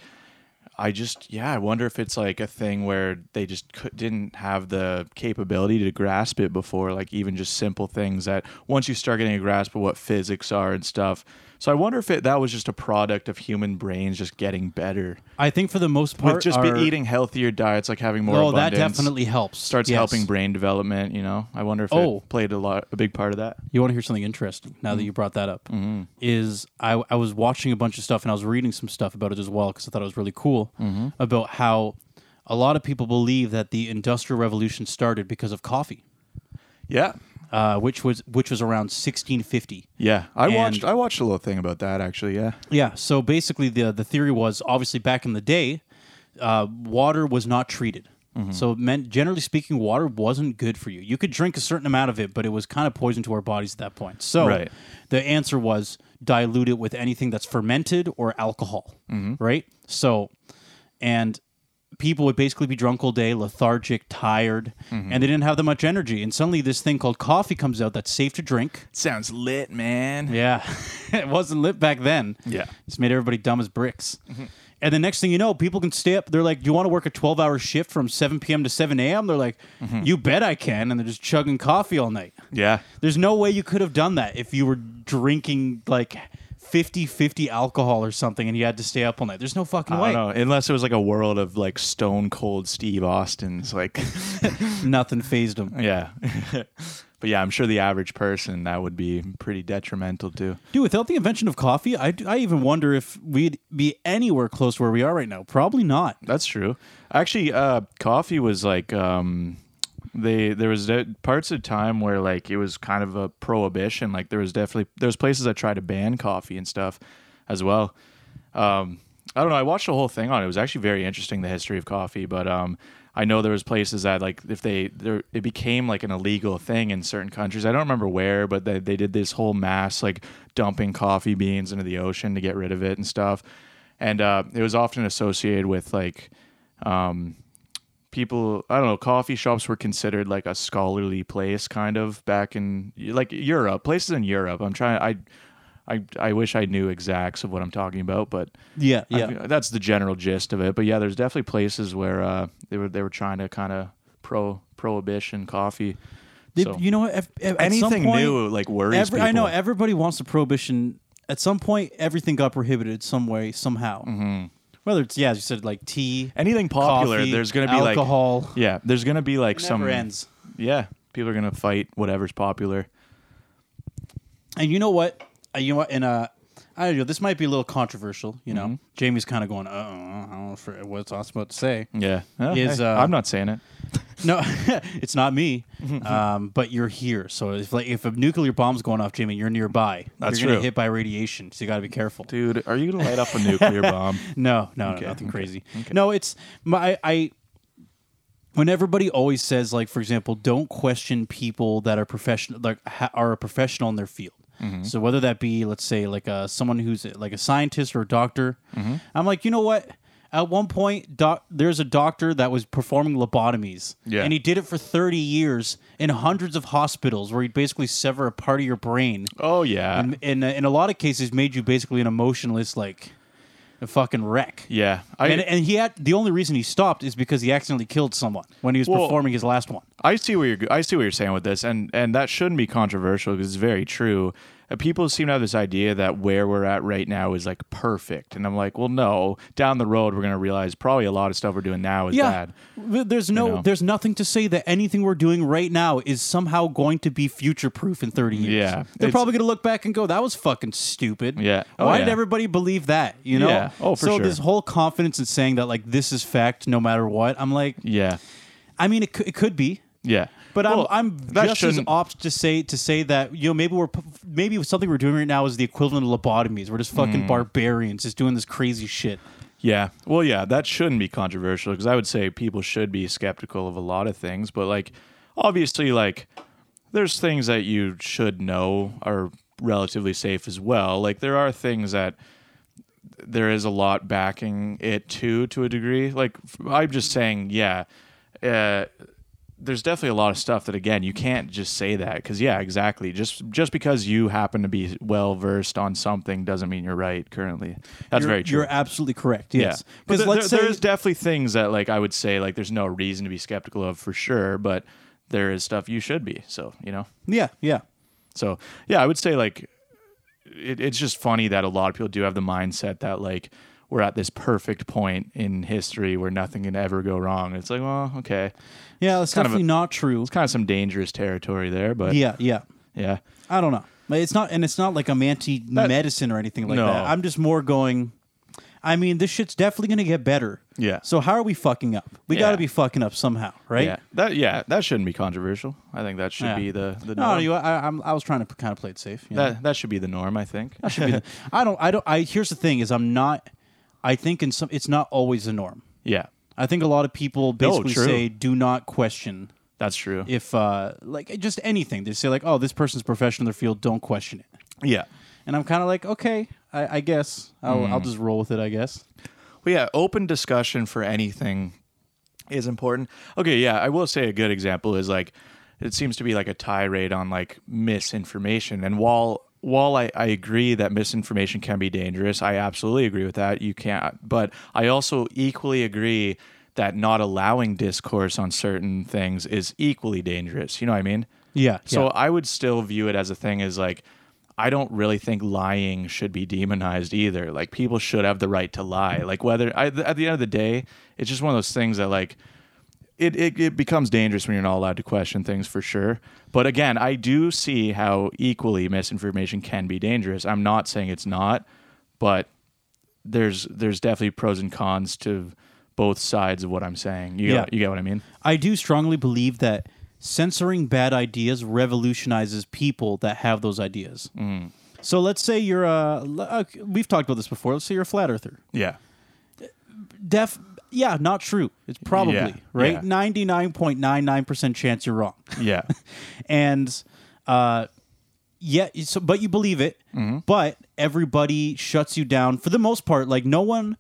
[SPEAKER 1] I just yeah I wonder if it's like a thing where they just cou- didn't have the capability to grasp it before like even just simple things that once you start getting a grasp of what physics are and stuff so I wonder if it that was just a product of human brains just getting better
[SPEAKER 2] I think for the most part,
[SPEAKER 1] with just be
[SPEAKER 2] our-
[SPEAKER 1] eating healthier diets like having more
[SPEAKER 2] Oh, that
[SPEAKER 1] abundance
[SPEAKER 2] definitely helps.
[SPEAKER 1] starts
[SPEAKER 2] Yes.
[SPEAKER 1] helping brain development you know I wonder if
[SPEAKER 2] Oh.
[SPEAKER 1] it played a lot a big part of that
[SPEAKER 2] You want to hear something interesting now that you brought that up? Is I, I was watching a bunch of stuff and I was reading some stuff about it as well because I thought it was really cool about how a lot of people believe that the Industrial Revolution started because of coffee,
[SPEAKER 1] yeah
[SPEAKER 2] uh, which was which was around 1650.
[SPEAKER 1] Yeah, I
[SPEAKER 2] And-
[SPEAKER 1] watched. I watched a little thing about that actually. Yeah,
[SPEAKER 2] Yeah. So basically, the the theory was obviously back in the day, uh, water was not treated. So it meant generally speaking, water wasn't good for you. You could drink a certain amount of it, but it was kind of poison to our bodies at that point. So
[SPEAKER 1] Right.
[SPEAKER 2] the answer was dilute it with anything that's fermented or alcohol, right? So, and people would basically be drunk all day, lethargic, tired, and they didn't have that much energy. And suddenly, this thing called coffee comes out that's safe to drink.
[SPEAKER 1] sounds lit, man.
[SPEAKER 2] Yeah, it wasn't lit back then.
[SPEAKER 1] Yeah. Mm-hmm.
[SPEAKER 2] just made everybody dumb as bricks. And the next thing you know, people can stay up. They're like, "Do you want to work a twelve-hour shift from seven p.m. to seven a.m.?" They're like,
[SPEAKER 1] Mm-hmm.
[SPEAKER 2] "You bet I can," and they're just chugging coffee all night.
[SPEAKER 1] Yeah,
[SPEAKER 2] There's no way you could have done that if you were drinking like 50-50 alcohol or something, and you had to stay up all night. There's no fucking
[SPEAKER 1] I
[SPEAKER 2] way.
[SPEAKER 1] don't know. Unless it was like a world of like stone cold Steve Austin's, like
[SPEAKER 2] Nothing phased them,
[SPEAKER 1] yeah. but yeah, I'm sure the average person that would be pretty detrimental to.
[SPEAKER 2] dude. Without the invention of coffee, I, I even wonder if we'd be anywhere close to where we are right now. Probably not.
[SPEAKER 1] That's true. Actually, uh, coffee was like um, they there was de- parts of time where like it was kind of a prohibition. Like there was definitely there's places that tried to ban coffee and stuff as well. Um, I don't know. I watched the whole thing on it. It was actually very interesting the history of coffee, but um, I know there was places that like if they there it became like an illegal thing in certain countries. I don't remember where, but they, they did this whole mass like dumping coffee beans into the ocean to get rid of it and stuff. And uh, it was often associated with like um, people i don't know coffee shops were considered like a scholarly place kind of back in like europe places in europe i'm trying i i, I wish i knew exacts of what i'm talking about but
[SPEAKER 2] Yeah,
[SPEAKER 1] I
[SPEAKER 2] yeah.
[SPEAKER 1] feel- that's the general gist of it but yeah there's definitely places where uh they were they were trying to kind of pro prohibition coffee
[SPEAKER 2] They-
[SPEAKER 1] so
[SPEAKER 2] you know, what, if, if- at some
[SPEAKER 1] anything
[SPEAKER 2] point,
[SPEAKER 1] new like worries
[SPEAKER 2] every- I know e,
[SPEAKER 1] people.
[SPEAKER 2] everybody wants a prohibition. At some point, everything got prohibited some way, somehow.
[SPEAKER 1] Mm-hmm.
[SPEAKER 2] Whether it's yeah, as you said, like tea,
[SPEAKER 1] anything popular
[SPEAKER 2] coffee,
[SPEAKER 1] there's gonna be
[SPEAKER 2] alcohol.
[SPEAKER 1] like yeah there's gonna be like
[SPEAKER 2] never
[SPEAKER 1] some
[SPEAKER 2] ends.
[SPEAKER 1] yeah people are gonna fight whatever's popular
[SPEAKER 2] And you know what? Uh, you know what? And uh, I don't know. This might be a little controversial. You
[SPEAKER 1] Mm-hmm.
[SPEAKER 2] know, Jamie's kind of going, "Uh, I don't know for- what I'm supposed to say."
[SPEAKER 1] yeah Oh,
[SPEAKER 2] Is,
[SPEAKER 1] hey,
[SPEAKER 2] uh,
[SPEAKER 1] i'm not saying it
[SPEAKER 2] No, it's not me.
[SPEAKER 1] Mm-hmm.
[SPEAKER 2] Um, but you're here, so if like if a nuclear bomb's going off, Jamie, you're nearby.
[SPEAKER 1] That's
[SPEAKER 2] you're gonna
[SPEAKER 1] true.
[SPEAKER 2] hit by radiation, so you got to be careful.
[SPEAKER 1] Dude, are you gonna light up a nuclear bomb?
[SPEAKER 2] No, no, no nothing crazy. No, it's my I. When everybody always says, like for example, don't question people that are professional, like ha- are a professional in their field. So whether that be, let's say, like uh, someone who's like a scientist or a doctor, I'm like, you know what? At one point, doc- there's a doctor that was performing lobotomies,
[SPEAKER 1] Yeah.
[SPEAKER 2] and he did it for 30 years in hundreds of hospitals, where he'd basically sever a part of your brain
[SPEAKER 1] Oh yeah,
[SPEAKER 2] and in uh, in a lot of cases made you basically an emotionless like a fucking wreck.
[SPEAKER 1] yeah. I
[SPEAKER 2] And, and he had the only reason he stopped is because he accidentally killed someone when he was
[SPEAKER 1] Well-
[SPEAKER 2] performing his last one.
[SPEAKER 1] I see where you're I see what you're saying with this, and and that shouldn't be controversial because it's very true. uh, people seem to have this idea that where we're at right now is like perfect, and I'm like, well, no. Down the road, we're gonna realize probably a lot of stuff we're doing now is bad.
[SPEAKER 2] Th- There's no,
[SPEAKER 1] know?
[SPEAKER 2] there's nothing to say that anything we're doing right now is somehow going to be future proof in 30 years.
[SPEAKER 1] Yeah,
[SPEAKER 2] They're
[SPEAKER 1] it's-
[SPEAKER 2] probably going to look back and go, that was fucking stupid.
[SPEAKER 1] Yeah. Oh,
[SPEAKER 2] Why did
[SPEAKER 1] yeah.
[SPEAKER 2] everybody believe that? You know?
[SPEAKER 1] Yeah. Oh, for
[SPEAKER 2] so
[SPEAKER 1] sure.
[SPEAKER 2] this whole confidence in saying that, like, this is fact no matter what, I'm like,
[SPEAKER 1] Yeah,
[SPEAKER 2] I mean, it, cou- it could be.
[SPEAKER 1] yeah.
[SPEAKER 2] But
[SPEAKER 1] Well,
[SPEAKER 2] I'm, I'm
[SPEAKER 1] that
[SPEAKER 2] just as
[SPEAKER 1] shouldn't-
[SPEAKER 2] opt to say to say that you know maybe we're p- maybe something we're doing right now is the equivalent of lobotomies. We're just fucking
[SPEAKER 1] Hmm.
[SPEAKER 2] barbarians, just doing this crazy shit.
[SPEAKER 1] Yeah. Well, yeah, that shouldn't be controversial because I would say people should be skeptical of a lot of things, but like obviously like there's things that you should know are relatively safe as well. Like there are things that there is a lot backing it too to a degree. Like f- I'm just saying, yeah. Uh there's definitely a lot of stuff that again you can't just say that because yeah exactly just just because you happen to be well versed on something doesn't mean you're right currently that's
[SPEAKER 2] You're-
[SPEAKER 1] very true
[SPEAKER 2] You're absolutely correct. Yes,
[SPEAKER 1] yeah. But
[SPEAKER 2] because
[SPEAKER 1] there,
[SPEAKER 2] let's
[SPEAKER 1] there-
[SPEAKER 2] say
[SPEAKER 1] there's definitely things that like I would say like there's no reason to be skeptical of for sure, but there is stuff you should be. So you know,
[SPEAKER 2] yeah, yeah.
[SPEAKER 1] so yeah, I would say like it, it's just funny that a lot of people do have the mindset that like we're at this perfect point in history where nothing can ever go wrong. It's like well, okay,
[SPEAKER 2] Yeah, that's
[SPEAKER 1] kind of a-
[SPEAKER 2] definitely not true.
[SPEAKER 1] it's kind of some dangerous territory there, but yeah,
[SPEAKER 2] Yeah, yeah.
[SPEAKER 1] yeah,
[SPEAKER 2] I don't know. Like, It's not, and it's not like I'm anti medicine or anything like
[SPEAKER 1] No.
[SPEAKER 2] that. I'm just more going. I mean, this shit's definitely gonna get better.
[SPEAKER 1] Yeah.
[SPEAKER 2] So how are we fucking up? We
[SPEAKER 1] Yeah.
[SPEAKER 2] got to be fucking up somehow, right?
[SPEAKER 1] yeah. That yeah, that shouldn't be controversial. I think that should
[SPEAKER 2] Yeah.
[SPEAKER 1] be the the
[SPEAKER 2] No,
[SPEAKER 1] norm.
[SPEAKER 2] you, I, I'm, I was trying to kind of play it safe. You know?
[SPEAKER 1] that that should be the norm. I think.
[SPEAKER 2] should be the- I don't. I don't. I here's the thing: is I'm not. I think in some, it's not always the norm.
[SPEAKER 1] yeah,
[SPEAKER 2] I think a lot of people basically
[SPEAKER 1] true.
[SPEAKER 2] say, "Do not question
[SPEAKER 1] that's true.
[SPEAKER 2] if, uh, like, just anything." They say, like, "Oh, this person's professional in their field. Don't question it."
[SPEAKER 1] yeah.
[SPEAKER 2] And I'm kind of like, "Okay, I, I guess I'll, I'll just roll with it." I guess.
[SPEAKER 1] Well, yeah, open discussion for anything is important. Okay, yeah, I will say a good example is like it seems to be like a tirade on like misinformation. And while while I, I agree that misinformation can be dangerous, I absolutely agree with that. You can't but I also equally agree that not allowing discourse on certain things is equally dangerous. You know what I mean?
[SPEAKER 2] Yeah.
[SPEAKER 1] So
[SPEAKER 2] yeah.
[SPEAKER 1] I would still view it as a thing as like I don't really think lying should be demonized either. Like people should have the right to lie. Like whether I, at the end of the day, it's just one of those things that like it, it it becomes dangerous when you're not allowed to question things for sure. But again, I do see how equally misinformation can be dangerous. I'm not saying it's not, but there's there's definitely pros and cons to both sides of what I'm saying. You
[SPEAKER 2] Yeah.
[SPEAKER 1] get, you get what I mean?
[SPEAKER 2] I do strongly believe that censoring bad ideas revolutionizes people that have those ideas. So let's say you're a. le- uh, we've talked about this before. Let's say you're a flat earther.
[SPEAKER 1] Yeah.
[SPEAKER 2] Def. Yeah, not true. It's probably
[SPEAKER 1] Yeah, yeah.
[SPEAKER 2] right. Ninety nine point nine nine percent chance you're wrong,
[SPEAKER 1] Yeah.
[SPEAKER 2] and uh, yeah. So, but you believe it.
[SPEAKER 1] Mm-hmm.
[SPEAKER 2] But everybody shuts you down for the most part. Like no one.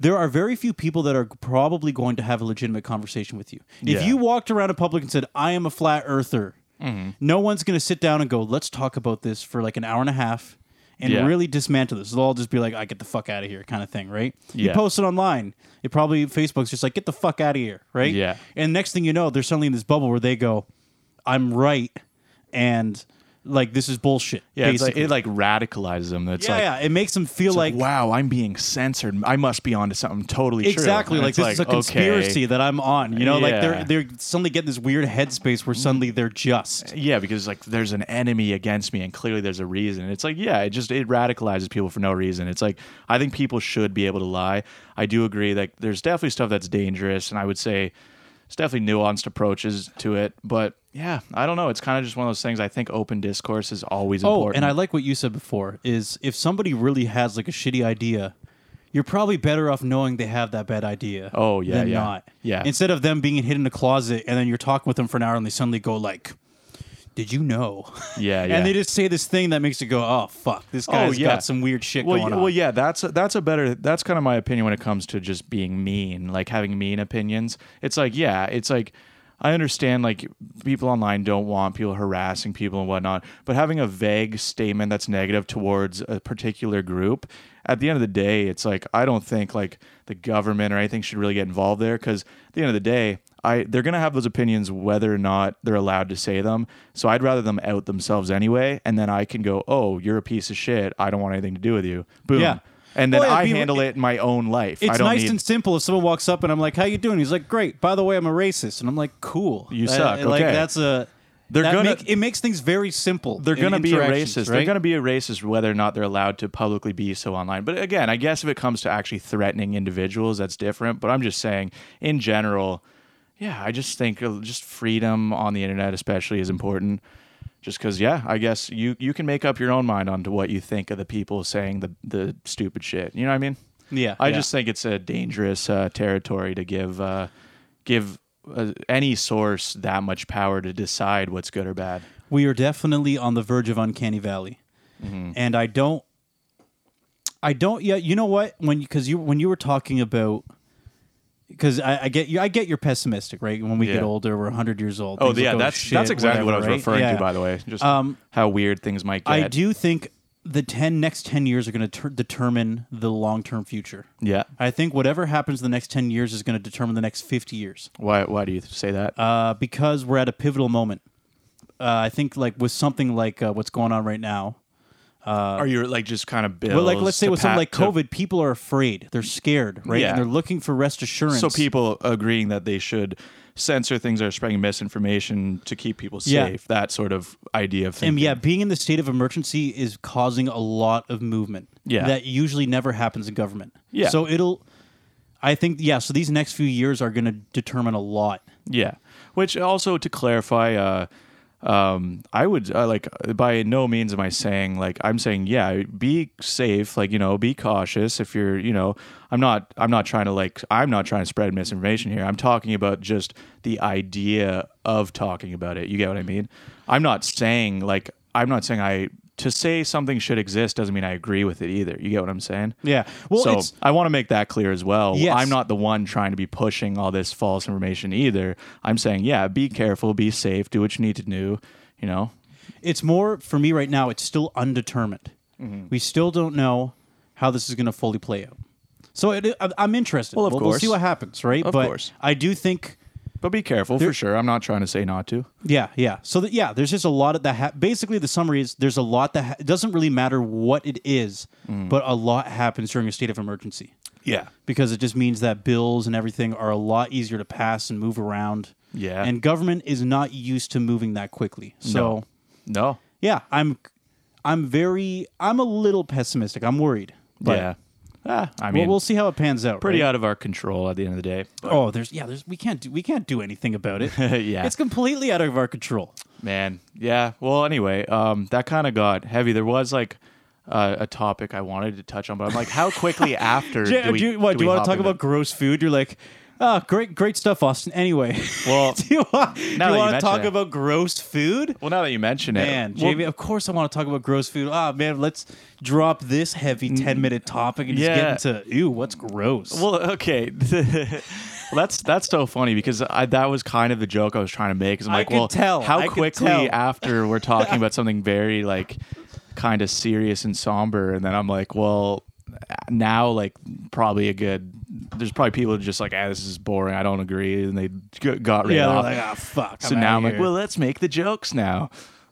[SPEAKER 2] There are very few people that are probably going to have a legitimate conversation with you. If
[SPEAKER 1] Yeah.
[SPEAKER 2] you walked around in public and said, "I am a flat earther,"
[SPEAKER 1] Mm-hmm.
[SPEAKER 2] no one's going to sit down and go, "Let's talk about this for like an hour and a half." And
[SPEAKER 1] Yeah.
[SPEAKER 2] really dismantle this. They'll all just be like, "I get the fuck out of here," kind of thing, right? You
[SPEAKER 1] Yeah.
[SPEAKER 2] post post it online. It probably Facebook's just like get the fuck out of here, right?
[SPEAKER 1] Yeah.
[SPEAKER 2] And next thing you know, they're suddenly in this bubble where they go, "I'm right," and like this is bullshit.
[SPEAKER 1] Yeah, it's like,
[SPEAKER 2] basically.
[SPEAKER 1] it like radicalizes them. It's
[SPEAKER 2] yeah,
[SPEAKER 1] like,
[SPEAKER 2] yeah. It makes them feel like,
[SPEAKER 1] like, wow, I'm being censored. I must be onto something totally true.
[SPEAKER 2] exactly
[SPEAKER 1] And
[SPEAKER 2] like
[SPEAKER 1] it's
[SPEAKER 2] this is a conspiracy
[SPEAKER 1] okay.
[SPEAKER 2] that I'm on. You know, like
[SPEAKER 1] Yeah.
[SPEAKER 2] they're they're suddenly getting this weird headspace where suddenly they're just.
[SPEAKER 1] Yeah, because like there's an enemy against me, and clearly there's a reason. It's like yeah, it just it radicalizes people for no reason. It's like I think people should be able to lie. I do agree that there's definitely stuff that's dangerous, and I would say it's definitely nuanced approaches to it. But yeah, I don't know. It's kind of just one of those things. I think open discourse is always
[SPEAKER 2] Oh,
[SPEAKER 1] important.
[SPEAKER 2] and I like what you said before is if somebody really has like a shitty idea, you're probably better off knowing they have that bad idea.
[SPEAKER 1] Oh, yeah,
[SPEAKER 2] than
[SPEAKER 1] yeah.
[SPEAKER 2] not.
[SPEAKER 1] Yeah.
[SPEAKER 2] Instead of them being hid in a closet and then you're talking with them for an hour and they suddenly go like, "Did you know?"
[SPEAKER 1] yeah, Uh, yeah.
[SPEAKER 2] And they just say this thing that makes you go, "Oh fuck, this guy's
[SPEAKER 1] yeah.
[SPEAKER 2] got some weird shit
[SPEAKER 1] well,
[SPEAKER 2] going
[SPEAKER 1] y-
[SPEAKER 2] on."
[SPEAKER 1] well, yeah, that's that's a better. That's kind of my opinion when it comes to just being mean, like having mean opinions. It's like, yeah, it's like I understand like people online don't want people harassing people and whatnot, but having a vague statement that's negative towards a particular group, at the end of the day, it's like I don't think like the government or anything should really get involved there because at the end of the day. I they're gonna have those opinions whether or not they're allowed to say them. So I'd rather them out themselves anyway, and then I can go, "Oh, you're a piece of shit. I don't want anything to do with you." Boom.
[SPEAKER 2] Yeah.
[SPEAKER 1] And then
[SPEAKER 2] Well, it'd
[SPEAKER 1] I
[SPEAKER 2] be-
[SPEAKER 1] handle it in my own life. I
[SPEAKER 2] It's
[SPEAKER 1] don't
[SPEAKER 2] nice
[SPEAKER 1] need
[SPEAKER 2] and simple if someone walks up and I'm like, "How you doing?" He's like, "Great." By the way, I'm a racist, and I'm like, "Cool."
[SPEAKER 1] You
[SPEAKER 2] Uh,
[SPEAKER 1] suck.
[SPEAKER 2] Like
[SPEAKER 1] Okay.
[SPEAKER 2] that's a.
[SPEAKER 1] They're
[SPEAKER 2] that
[SPEAKER 1] gonna-
[SPEAKER 2] make- it makes things very simple.
[SPEAKER 1] they're
[SPEAKER 2] in
[SPEAKER 1] going to be a racist.
[SPEAKER 2] interactions,
[SPEAKER 1] They're
[SPEAKER 2] right?
[SPEAKER 1] going to be a racist whether or not they're allowed to publicly be so online. But again, I guess if it comes to actually threatening individuals, that's different. But I'm just saying, in general, yeah, I just think uh, just freedom on the internet, especially, is important. Just because, yeah, I guess you you can make up your own mind on to what you think of the people saying the the stupid shit. You know what I mean?
[SPEAKER 2] Yeah,
[SPEAKER 1] I
[SPEAKER 2] yeah.
[SPEAKER 1] just think it's a dangerous uh, territory to give uh, give uh, any source that much power to decide what's good or bad.
[SPEAKER 2] we are definitely on the verge of uncanny valley
[SPEAKER 1] Mm-hmm.
[SPEAKER 2] and i don't i don't yet you know what when because you when you were talking about because I, I get you i get you're pessimistic right when we get
[SPEAKER 1] Yeah.
[SPEAKER 2] older we're 100 years old
[SPEAKER 1] Oh
[SPEAKER 2] things will
[SPEAKER 1] yeah,
[SPEAKER 2] go to
[SPEAKER 1] that's
[SPEAKER 2] shit,
[SPEAKER 1] that's exactly what I was
[SPEAKER 2] whatever, right?
[SPEAKER 1] referring
[SPEAKER 2] Yeah.
[SPEAKER 1] to, by the way. Just
[SPEAKER 2] Um,
[SPEAKER 1] how weird things might get.
[SPEAKER 2] i do think the 10 next 10 years are going to ter- determine the long-term future
[SPEAKER 1] Yeah.
[SPEAKER 2] i think whatever happens the next 10 years is going to determine the next 50 years
[SPEAKER 1] Why why do you say that?
[SPEAKER 2] uh, because we're at a pivotal moment uh, i think like with something like uh, what's going on right now
[SPEAKER 1] Are you like just kind of bills?
[SPEAKER 2] But like, let's say
[SPEAKER 1] to
[SPEAKER 2] with something
[SPEAKER 1] pa-
[SPEAKER 2] like
[SPEAKER 1] to-
[SPEAKER 2] COVID, people are afraid. They're scared, right?
[SPEAKER 1] Yeah.
[SPEAKER 2] And they're looking for rest assurance.
[SPEAKER 1] so people agreeing that they should censor things that are spreading misinformation to keep people safe.
[SPEAKER 2] Yeah.
[SPEAKER 1] That sort of idea of
[SPEAKER 2] and
[SPEAKER 1] thing.
[SPEAKER 2] yeah, being in the state of emergency is causing a lot of movement.
[SPEAKER 1] Yeah.
[SPEAKER 2] That usually never happens in government.
[SPEAKER 1] Yeah.
[SPEAKER 2] So it'll, I think, yeah. So these next few years are going to determine a lot.
[SPEAKER 1] Yeah. Which also to clarify, uh, um, I would uh, like by no means am I saying like I'm saying yeah, be safe, like you know, be cautious if you're you know, I'm not I'm not trying to like I'm not trying to spread misinformation here. I'm talking about just the idea of talking about it. You get what I mean? I'm not saying like I'm not saying I to say something should exist doesn't mean I agree with it either. You get what I'm saying?
[SPEAKER 2] Yeah. Well,
[SPEAKER 1] so
[SPEAKER 2] it's-
[SPEAKER 1] I want to make that clear as well.
[SPEAKER 2] Yes.
[SPEAKER 1] I'm not the one trying to be pushing all this false information either. I'm saying, yeah, be careful, be safe, do what you need to do. You know,
[SPEAKER 2] It's more for me right now. It's still undetermined.
[SPEAKER 1] Mm-hmm.
[SPEAKER 2] We still don't know how this is going to fully play out. So it, I- I'm interested.
[SPEAKER 1] Well, of
[SPEAKER 2] we'll, we'll
[SPEAKER 1] course.
[SPEAKER 2] see what happens, right?
[SPEAKER 1] Of
[SPEAKER 2] but
[SPEAKER 1] course.
[SPEAKER 2] I do think
[SPEAKER 1] but be careful for sure. I'm not trying to say not to.
[SPEAKER 2] Yeah, yeah. So that yeah, there's just a lot of that. Ha- basically, the summary is there's a lot that ha- it doesn't really matter what it is,
[SPEAKER 1] Mm-hmm.
[SPEAKER 2] but a lot happens during a state of emergency
[SPEAKER 1] Yeah.
[SPEAKER 2] because it just means that bills and everything are a lot easier to pass and move around.
[SPEAKER 1] Yeah.
[SPEAKER 2] and government is not used to moving that quickly. So
[SPEAKER 1] No.
[SPEAKER 2] yeah, I'm I'm very I'm a little pessimistic. I'm worried. But
[SPEAKER 1] yeah. Ah, I
[SPEAKER 2] We'll,
[SPEAKER 1] mean,
[SPEAKER 2] we'll see how it pans out.
[SPEAKER 1] pretty
[SPEAKER 2] right?
[SPEAKER 1] out of our control at the end of the day. But,
[SPEAKER 2] Oh, there's yeah, there's we can't do we can't do anything about it.
[SPEAKER 1] Yeah.
[SPEAKER 2] it's completely out of our control.
[SPEAKER 1] man. Yeah. Well, anyway, um, that kind of got heavy. There was like. Uh, a topic I wanted to touch on, but I'm like, how quickly after
[SPEAKER 2] Yeah,
[SPEAKER 1] do we?
[SPEAKER 2] do, what, do
[SPEAKER 1] we
[SPEAKER 2] you want
[SPEAKER 1] hop
[SPEAKER 2] to talk
[SPEAKER 1] into-
[SPEAKER 2] about gross food? You're like, ah, great, great stuff, Austin. Anyway,
[SPEAKER 1] Well,
[SPEAKER 2] do you want, do you
[SPEAKER 1] that you
[SPEAKER 2] want to
[SPEAKER 1] mention
[SPEAKER 2] talk
[SPEAKER 1] it.
[SPEAKER 2] about gross food?
[SPEAKER 1] well, now that you mention it,
[SPEAKER 2] Man,
[SPEAKER 1] well,
[SPEAKER 2] Jamie, of course I want to talk about gross food. Ah, man, let's drop this heavy ten minute topic and
[SPEAKER 1] Mm, Yeah.
[SPEAKER 2] just get into ew, what's gross?
[SPEAKER 1] Well, okay. well, that's that's so funny because I, that was kind of the joke I was trying to make. Is I'm
[SPEAKER 2] I
[SPEAKER 1] like,
[SPEAKER 2] could
[SPEAKER 1] well,
[SPEAKER 2] tell.
[SPEAKER 1] how
[SPEAKER 2] I could
[SPEAKER 1] quickly
[SPEAKER 2] tell.
[SPEAKER 1] after we're talking about something very like kind of serious and somber, and then I'm like, well, now like probably a good. There's probably people just like, ah, this is boring. I don't agree, and they g- got rid
[SPEAKER 2] yeah, they're
[SPEAKER 1] off.
[SPEAKER 2] like, ah, fuck.
[SPEAKER 1] so now I'm like, well, let's make the jokes now.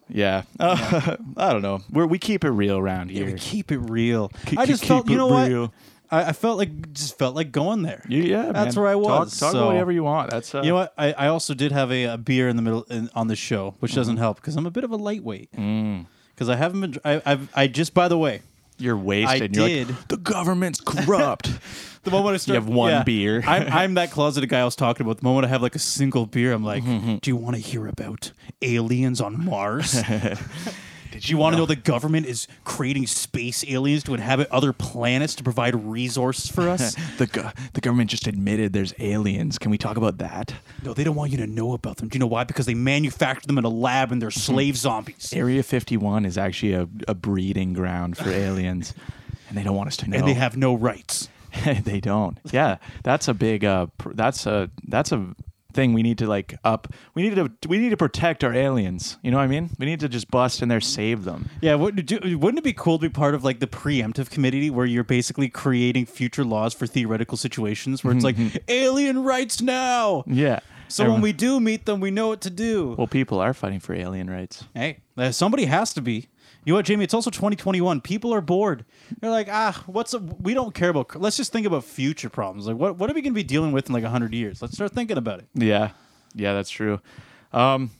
[SPEAKER 1] Yeah, I don't know. We're, we keep it real around here.
[SPEAKER 2] we keep it real.
[SPEAKER 1] Keep-
[SPEAKER 2] I just
[SPEAKER 1] keep
[SPEAKER 2] felt, you
[SPEAKER 1] it
[SPEAKER 2] know what?
[SPEAKER 1] real.
[SPEAKER 2] I, I felt like just felt like going there.
[SPEAKER 1] You- yeah,
[SPEAKER 2] that's
[SPEAKER 1] man.
[SPEAKER 2] where I
[SPEAKER 1] Talk-
[SPEAKER 2] was.
[SPEAKER 1] Talk,
[SPEAKER 2] so-
[SPEAKER 1] about whatever you want. That's uh,
[SPEAKER 2] You know what? I, I also did have a, a beer in the middle in, on the show, which doesn't
[SPEAKER 1] Mm-hmm.
[SPEAKER 2] help because I'm a bit of a lightweight.
[SPEAKER 1] Mm.
[SPEAKER 2] Because I haven't been. dr- I, I've, I just by the way,
[SPEAKER 1] You're
[SPEAKER 2] I
[SPEAKER 1] wasted. and You're
[SPEAKER 2] did.
[SPEAKER 1] like, the government's corrupt.
[SPEAKER 2] the moment I start,
[SPEAKER 1] have one beer.
[SPEAKER 2] I'm, I'm that closeted guy I was talking about. The moment I have like a single beer, I'm like,
[SPEAKER 1] Mm-hmm.
[SPEAKER 2] do you want to hear about aliens on Mars? Do you want to know the government is creating space aliens to inhabit other planets to provide resources for us?
[SPEAKER 1] the go- the government just admitted there's aliens. Can we talk about that?
[SPEAKER 2] no, they don't want you to know about them. Do you know why? Because they manufacture them in a lab and they're
[SPEAKER 1] Hmm.
[SPEAKER 2] slave zombies.
[SPEAKER 1] Area 51 is actually a, a breeding ground for aliens, and they don't want us to know.
[SPEAKER 2] and they have no rights.
[SPEAKER 1] they don't. Yeah, that's a big. Uh, pr- that's a that's a thing we need to like up. We need to we need to protect our aliens. You know what I mean? We need to just bust in there, save them.
[SPEAKER 2] Yeah, wouldn't it, do, wouldn't it be cool to be part of like the preemptive committee where you're basically
[SPEAKER 1] Mm-hmm,
[SPEAKER 2] creating future laws for theoretical situations where it's like alien rights now?
[SPEAKER 1] Yeah.
[SPEAKER 2] So when we do meet them, we know what to do.
[SPEAKER 1] Well, people are fighting for alien rights.
[SPEAKER 2] Hey, uh, somebody has to be. You know what, Jamie? It's also 2021. People are bored. They're like, ah, what's a, we don't care about. Let's just think about future problems. Like, what what are we going to be dealing with in like 100 years? Let's start thinking about it.
[SPEAKER 1] Yeah, yeah, that's true. Um,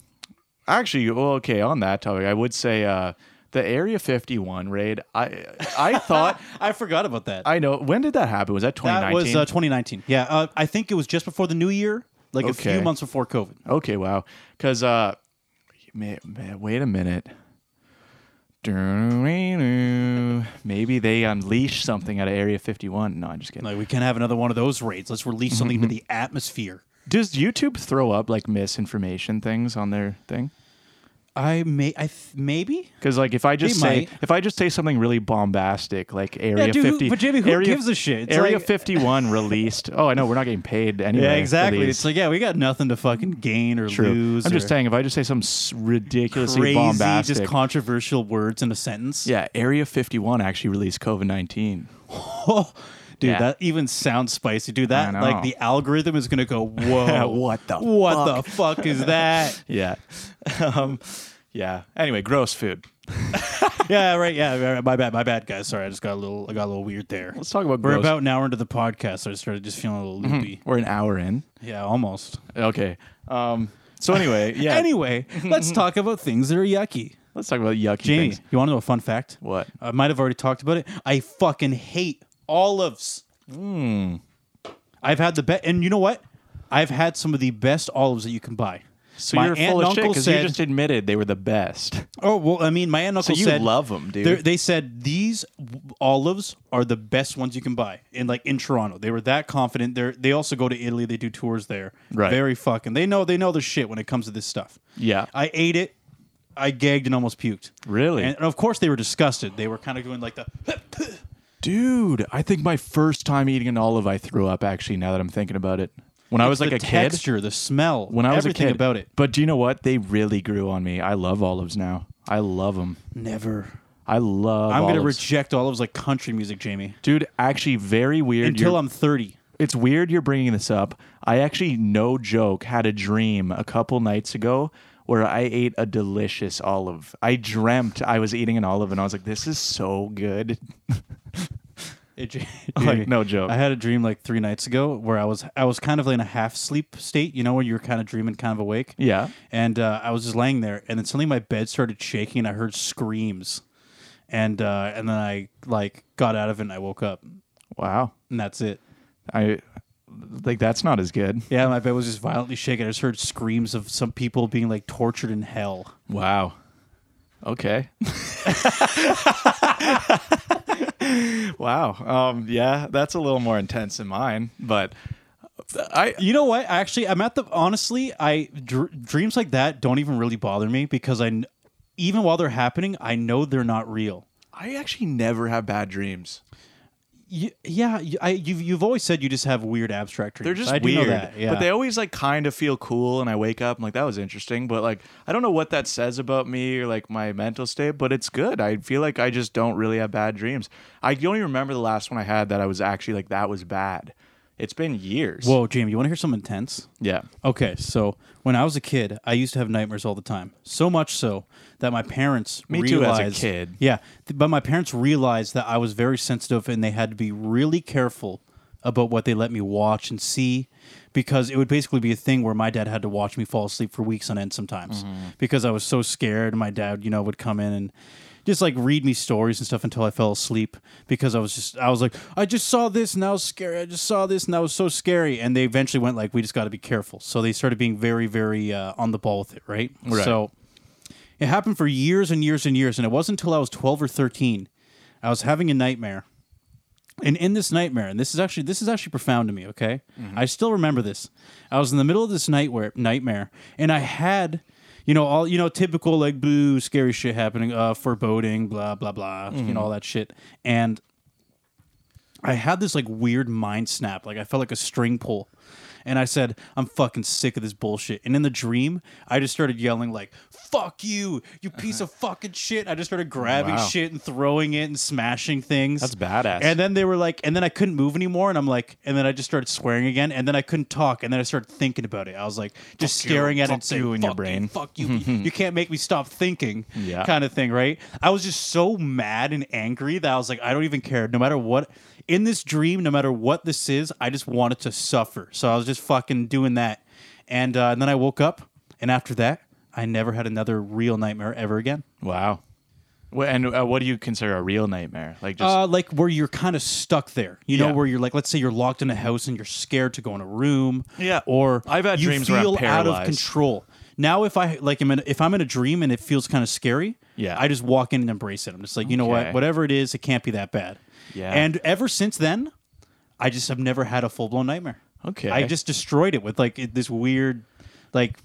[SPEAKER 1] actually, well, okay. On that topic, I would say uh, the Area 51 raid. I I thought
[SPEAKER 2] I forgot about that.
[SPEAKER 1] I know when did that happen? Was that
[SPEAKER 2] that
[SPEAKER 1] 2019?
[SPEAKER 2] was uh, 2019. Yeah, uh, I think it was just before the new year, like a
[SPEAKER 1] Okay.
[SPEAKER 2] few months before COVID.
[SPEAKER 1] Okay, wow. Because, uh, ma ma- wait a minute. Maybe they unleash something out of Area 51. No, I'm just kidding.
[SPEAKER 2] Like, we can't have another one of those raids. Let's release something to the atmosphere.
[SPEAKER 1] Does YouTube throw up like misinformation things on their thing?
[SPEAKER 2] I may, I th- maybe.
[SPEAKER 1] Because like if I just
[SPEAKER 2] They
[SPEAKER 1] say
[SPEAKER 2] might.
[SPEAKER 1] if I just say something really bombastic like Area
[SPEAKER 2] dude, who-
[SPEAKER 1] 50,
[SPEAKER 2] but Jamie, who
[SPEAKER 1] Area,
[SPEAKER 2] gives a shit? It's
[SPEAKER 1] Area
[SPEAKER 2] like-
[SPEAKER 1] 51 released. Oh, I know we're not getting paid anyway.
[SPEAKER 2] Yeah,
[SPEAKER 1] for
[SPEAKER 2] exactly.
[SPEAKER 1] these.
[SPEAKER 2] It's like, yeah, we got nothing to fucking gain or
[SPEAKER 1] True.
[SPEAKER 2] lose.
[SPEAKER 1] I'm just
[SPEAKER 2] or-
[SPEAKER 1] saying if I just say some s- ridiculously
[SPEAKER 2] crazy,
[SPEAKER 1] bombastic,
[SPEAKER 2] just controversial words in a sentence.
[SPEAKER 1] yeah, Area 51 actually released COVID 19.
[SPEAKER 2] Oh, dude,
[SPEAKER 1] Yeah.
[SPEAKER 2] that even sounds spicy. Dude,
[SPEAKER 1] I
[SPEAKER 2] that
[SPEAKER 1] know.
[SPEAKER 2] like the algorithm is gonna go, whoa,
[SPEAKER 1] What the
[SPEAKER 2] what the fuck is that?
[SPEAKER 1] Yeah. um, yeah. Anyway, gross food.
[SPEAKER 2] yeah, right. Yeah, right, right, my bad, my bad, guys. Sorry, I just got a little, I got a little weird there.
[SPEAKER 1] Let's talk about
[SPEAKER 2] We're
[SPEAKER 1] gross.
[SPEAKER 2] about Mm-hmm. an hour into the podcast, so I started just feeling a little loopy.
[SPEAKER 1] We're an hour in.
[SPEAKER 2] Yeah, almost.
[SPEAKER 1] Okay. Um, so anyway, yeah.
[SPEAKER 2] Anyway, let's talk about things that are yucky.
[SPEAKER 1] let's talk about yucky
[SPEAKER 2] Jamie,
[SPEAKER 1] things.
[SPEAKER 2] you want to know a fun fact?
[SPEAKER 1] What?
[SPEAKER 2] I might have already talked about it. I fucking hate olives.
[SPEAKER 1] Hmm.
[SPEAKER 2] I've had the best, and you know what? I've had some of the best olives that you can buy.
[SPEAKER 1] So you're
[SPEAKER 2] and
[SPEAKER 1] full of shit
[SPEAKER 2] uncle
[SPEAKER 1] because you
[SPEAKER 2] said,
[SPEAKER 1] just admitted they were the best.
[SPEAKER 2] "Oh well, I mean, my aunt and uncle
[SPEAKER 1] you
[SPEAKER 2] said
[SPEAKER 1] love 'em, dude.
[SPEAKER 2] they're- They said these w- olives are the best ones you can buy in like in Toronto. They were that confident. They they also go to Italy. They do tours there.
[SPEAKER 1] Right.
[SPEAKER 2] Very fucking. They know they know their shit when it comes to this stuff.
[SPEAKER 1] Yeah.
[SPEAKER 2] I ate it. I gagged and almost puked.
[SPEAKER 1] Really?
[SPEAKER 2] And, and of course they were disgusted. They were kind of going like the
[SPEAKER 1] Dude, I think my first time eating an olive, I threw up. Actually, now that I'm thinking about it, when I was
[SPEAKER 2] the
[SPEAKER 1] like a kid,
[SPEAKER 2] texture, the smell,
[SPEAKER 1] when I was
[SPEAKER 2] everything
[SPEAKER 1] a kid
[SPEAKER 2] about it.
[SPEAKER 1] But do you know what? They really grew on me. I love olives now. I love them.
[SPEAKER 2] Never.
[SPEAKER 1] I love.
[SPEAKER 2] I'm
[SPEAKER 1] olives.
[SPEAKER 2] gonna reject olives like country music, Jamie.
[SPEAKER 1] dude. Actually, very weird.
[SPEAKER 2] Until
[SPEAKER 1] You're-
[SPEAKER 2] I'm 30.
[SPEAKER 1] it's weird you're bringing this up. I actually, no joke, had a dream a couple nights ago where I ate a delicious olive. I dreamt I was eating an olive and I was like, this is so good.
[SPEAKER 2] It, j-
[SPEAKER 1] Like,
[SPEAKER 2] dude,
[SPEAKER 1] no joke.
[SPEAKER 2] I had a dream like three nights ago where I was I was kind of in a half sleep state, you know, when you were kind of dreaming, kind of awake.
[SPEAKER 1] Yeah.
[SPEAKER 2] And uh, I was just laying there, and then suddenly my bed started shaking, and I heard screams, and uh, and then I like got out of it, and I woke up,
[SPEAKER 1] Wow.
[SPEAKER 2] and that's it.
[SPEAKER 1] I like that's not as good.
[SPEAKER 2] Yeah, my bed was just violently shaking. I just heard screams of some people being like tortured in hell.
[SPEAKER 1] Wow. Okay. wow. Um, yeah, that's a little more intense than mine, but I
[SPEAKER 2] You know what? Actually, I'm at the honestly, I dr- dreams like that don't even really bother me because I, kn- even while they're happening, I know they're not real.
[SPEAKER 1] I actually never have bad dreams.
[SPEAKER 2] Y- yeah, y- I you've you've always said you just have weird abstract dreams.
[SPEAKER 1] They're just
[SPEAKER 2] I do know
[SPEAKER 1] weird.
[SPEAKER 2] that, yeah.
[SPEAKER 1] But they always like kind of feel cool and I wake up and like that was interesting, but like I don't know what that says about me or like my mental state, but it's good. I feel like I just don't really have bad dreams. I don't even remember the last one I had that I was actually like that was bad. It's been years.
[SPEAKER 2] Whoa, Jamie, you want to hear something intense?
[SPEAKER 1] yeah.
[SPEAKER 2] Okay, so when I was a kid, I used to have nightmares all the time. So much so that my parents
[SPEAKER 1] Me too, as a
[SPEAKER 2] realized,
[SPEAKER 1] kid.
[SPEAKER 2] Yeah, th- but my parents realized that I was very sensitive, and they had to be really careful about what they let me watch and see, because it would basically be a thing where my dad had to watch me fall asleep for weeks on end sometimes because I was so scared. My dad, you know, would come in and. Just like read me stories and stuff until I fell asleep because I was just I was like I just saw this and that was scary I just saw this and that was so scary and they eventually went like we just got to be careful so they started being very very uh, on the ball with it right
[SPEAKER 1] Right.
[SPEAKER 2] so it happened for years and years and years, and it wasn't until I was twelve or thirteen, I was having a nightmare, and in this nightmare, and this is actually this is actually profound to me. Okay, I still remember this. I was in the middle of this nightmare, nightmare, and I had, you know, all you know, typical like blue scary shit happening, uh, foreboding, blah blah blah, you know, all that shit, and I had this like weird mind snap. Like I felt like a string pull. and I said, I'm fucking sick of this bullshit. And in the dream, I just started yelling like, fuck you, you piece of fucking shit. I just started grabbing
[SPEAKER 1] Wow.
[SPEAKER 2] shit and throwing it and smashing things.
[SPEAKER 1] That's badass.
[SPEAKER 2] And then they were like, and then I couldn't move anymore, and I'm like, and then I just started swearing again, and then I couldn't talk, and then I started thinking about it. I was like, just
[SPEAKER 1] Fuck you,
[SPEAKER 2] staring at it,
[SPEAKER 1] fuck
[SPEAKER 2] and saying,
[SPEAKER 1] you in
[SPEAKER 2] fuck
[SPEAKER 1] your brain.
[SPEAKER 2] fuck you, you can't make me stop thinking,
[SPEAKER 1] Yeah.
[SPEAKER 2] kind of thing, right? I was just so mad and angry that I was like, I don't even care. No matter what, in this dream, no matter what this is, I just wanted to suffer. So I was just fucking doing that, and uh, and then I woke up, and after that, I never had another real nightmare ever again.
[SPEAKER 1] Wow. Wha- And uh, what do you consider a real nightmare? Like just
[SPEAKER 2] Uh, like where you're kind of stuck there, you know,
[SPEAKER 1] Yeah.
[SPEAKER 2] where you're like, let's say you're locked in a house and you're scared to go in a room,
[SPEAKER 1] Yeah.
[SPEAKER 2] or
[SPEAKER 1] I've had
[SPEAKER 2] you
[SPEAKER 1] dreams where I'm
[SPEAKER 2] feel out of
[SPEAKER 1] paralyzed.
[SPEAKER 2] control. Now, if I like, I'm in, if I'm in a dream and it feels kind of scary,
[SPEAKER 1] Yeah.
[SPEAKER 2] I just walk in and embrace it. I'm just like, you know what,
[SPEAKER 1] Okay.
[SPEAKER 2] whatever it is, it can't be that bad.
[SPEAKER 1] Yeah.
[SPEAKER 2] And ever since then, I just have never had a full blown nightmare.
[SPEAKER 1] Okay.
[SPEAKER 2] I just destroyed it with like it- this weird, like,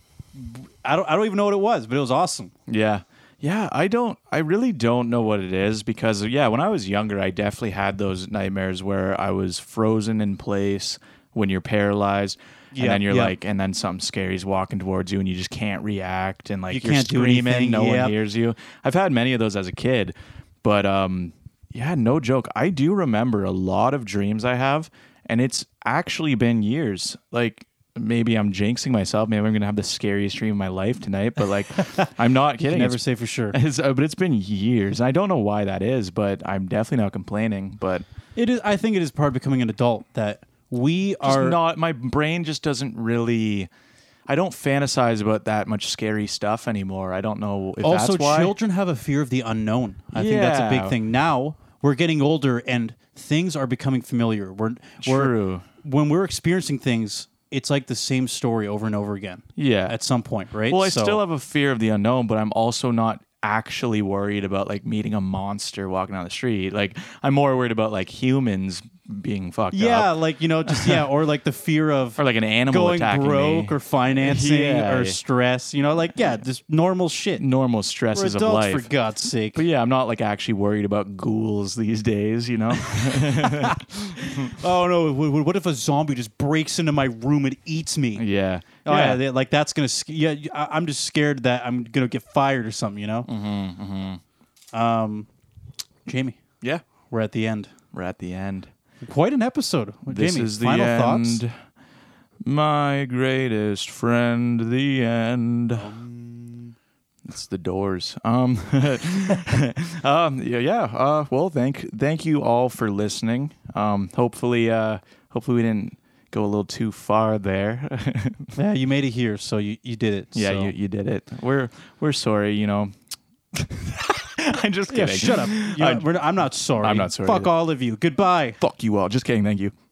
[SPEAKER 2] I don't, I don't even know what it was, but it was awesome.
[SPEAKER 1] Yeah. Yeah, I don't I really don't know what it is because yeah, when I was younger I definitely had those nightmares where I was frozen in place when you're paralyzed
[SPEAKER 2] Yeah,
[SPEAKER 1] and then you're
[SPEAKER 2] yeah.
[SPEAKER 1] like and then something scary's walking towards you and you just can't react and like
[SPEAKER 2] You
[SPEAKER 1] you are
[SPEAKER 2] can't do
[SPEAKER 1] screaming,
[SPEAKER 2] anything,
[SPEAKER 1] no
[SPEAKER 2] yep.
[SPEAKER 1] one hears you. I've had many of those as a kid, but um yeah, no joke. I do remember a lot of dreams I have and it's actually been years. Like maybe I'm jinxing myself, maybe I'm going to have the scariest dream of my life tonight, but like I'm not kidding.
[SPEAKER 2] Never
[SPEAKER 1] It's-
[SPEAKER 2] say for sure.
[SPEAKER 1] it's, uh, but it's been years. I don't know why that is, but I'm definitely not complaining. But
[SPEAKER 2] It is. I think it is part of becoming an adult that we
[SPEAKER 1] just
[SPEAKER 2] are
[SPEAKER 1] not my brain just doesn't really. I don't fantasize about that much scary stuff anymore. I don't know if
[SPEAKER 2] also
[SPEAKER 1] that's why.
[SPEAKER 2] children have a fear of the unknown. I think that's a big
[SPEAKER 1] Yeah.
[SPEAKER 2] thing. Now we're getting older and things are becoming familiar. We're, we're
[SPEAKER 1] True.
[SPEAKER 2] when we're experiencing things, it's like the same story over and over again.
[SPEAKER 1] Yeah.
[SPEAKER 2] At some point, right?
[SPEAKER 1] Well, I
[SPEAKER 2] So-
[SPEAKER 1] still have a fear of the unknown, but I'm also not actually worried about like meeting a monster walking down the street. Like I'm more worried about like humans being fucked
[SPEAKER 2] Yeah,
[SPEAKER 1] up
[SPEAKER 2] like you know, just yeah, or like the fear of
[SPEAKER 1] or like an animal
[SPEAKER 2] going
[SPEAKER 1] attacking
[SPEAKER 2] broke
[SPEAKER 1] me.
[SPEAKER 2] or financing
[SPEAKER 1] Yeah.
[SPEAKER 2] or stress. You know, like yeah, just normal shit.
[SPEAKER 1] normal
[SPEAKER 2] We're
[SPEAKER 1] stresses of
[SPEAKER 2] adults
[SPEAKER 1] life.
[SPEAKER 2] for God's sake.
[SPEAKER 1] But yeah, I'm not like actually worried about ghouls these days, you know?
[SPEAKER 2] Oh no! w- w- What if a zombie just breaks into my room and eats me?
[SPEAKER 1] yeah.
[SPEAKER 2] Oh yeah, they- like that's gonna. sc- Yeah, y- I- I'm just scared that I'm gonna get fired or something. You know. Mm-hmm. Um,
[SPEAKER 1] mm-hmm.
[SPEAKER 2] Jamie,
[SPEAKER 1] Yeah.
[SPEAKER 2] we're at the end.
[SPEAKER 1] We're at the end.
[SPEAKER 2] Quite an episode.
[SPEAKER 1] This
[SPEAKER 2] Jamie,
[SPEAKER 1] is the
[SPEAKER 2] final
[SPEAKER 1] end.
[SPEAKER 2] thoughts.
[SPEAKER 1] My greatest friend, the end. it's the doors. Um, um yeah, yeah. Uh, well, thank thank you all for listening. Um, hopefully, uh, hopefully we didn't go a little too far there.
[SPEAKER 2] Yeah, you made it here, so you, you did it.
[SPEAKER 1] yeah,
[SPEAKER 2] so.
[SPEAKER 1] you, you did it. We're we're sorry, you know. I'm just
[SPEAKER 2] Yeah,
[SPEAKER 1] kidding.
[SPEAKER 2] shut up. You know, we're not- I'm not sorry.
[SPEAKER 1] I'm not sorry
[SPEAKER 2] Fuck
[SPEAKER 1] either.
[SPEAKER 2] all of you. Goodbye.
[SPEAKER 1] Fuck you all. Just kidding. Thank you.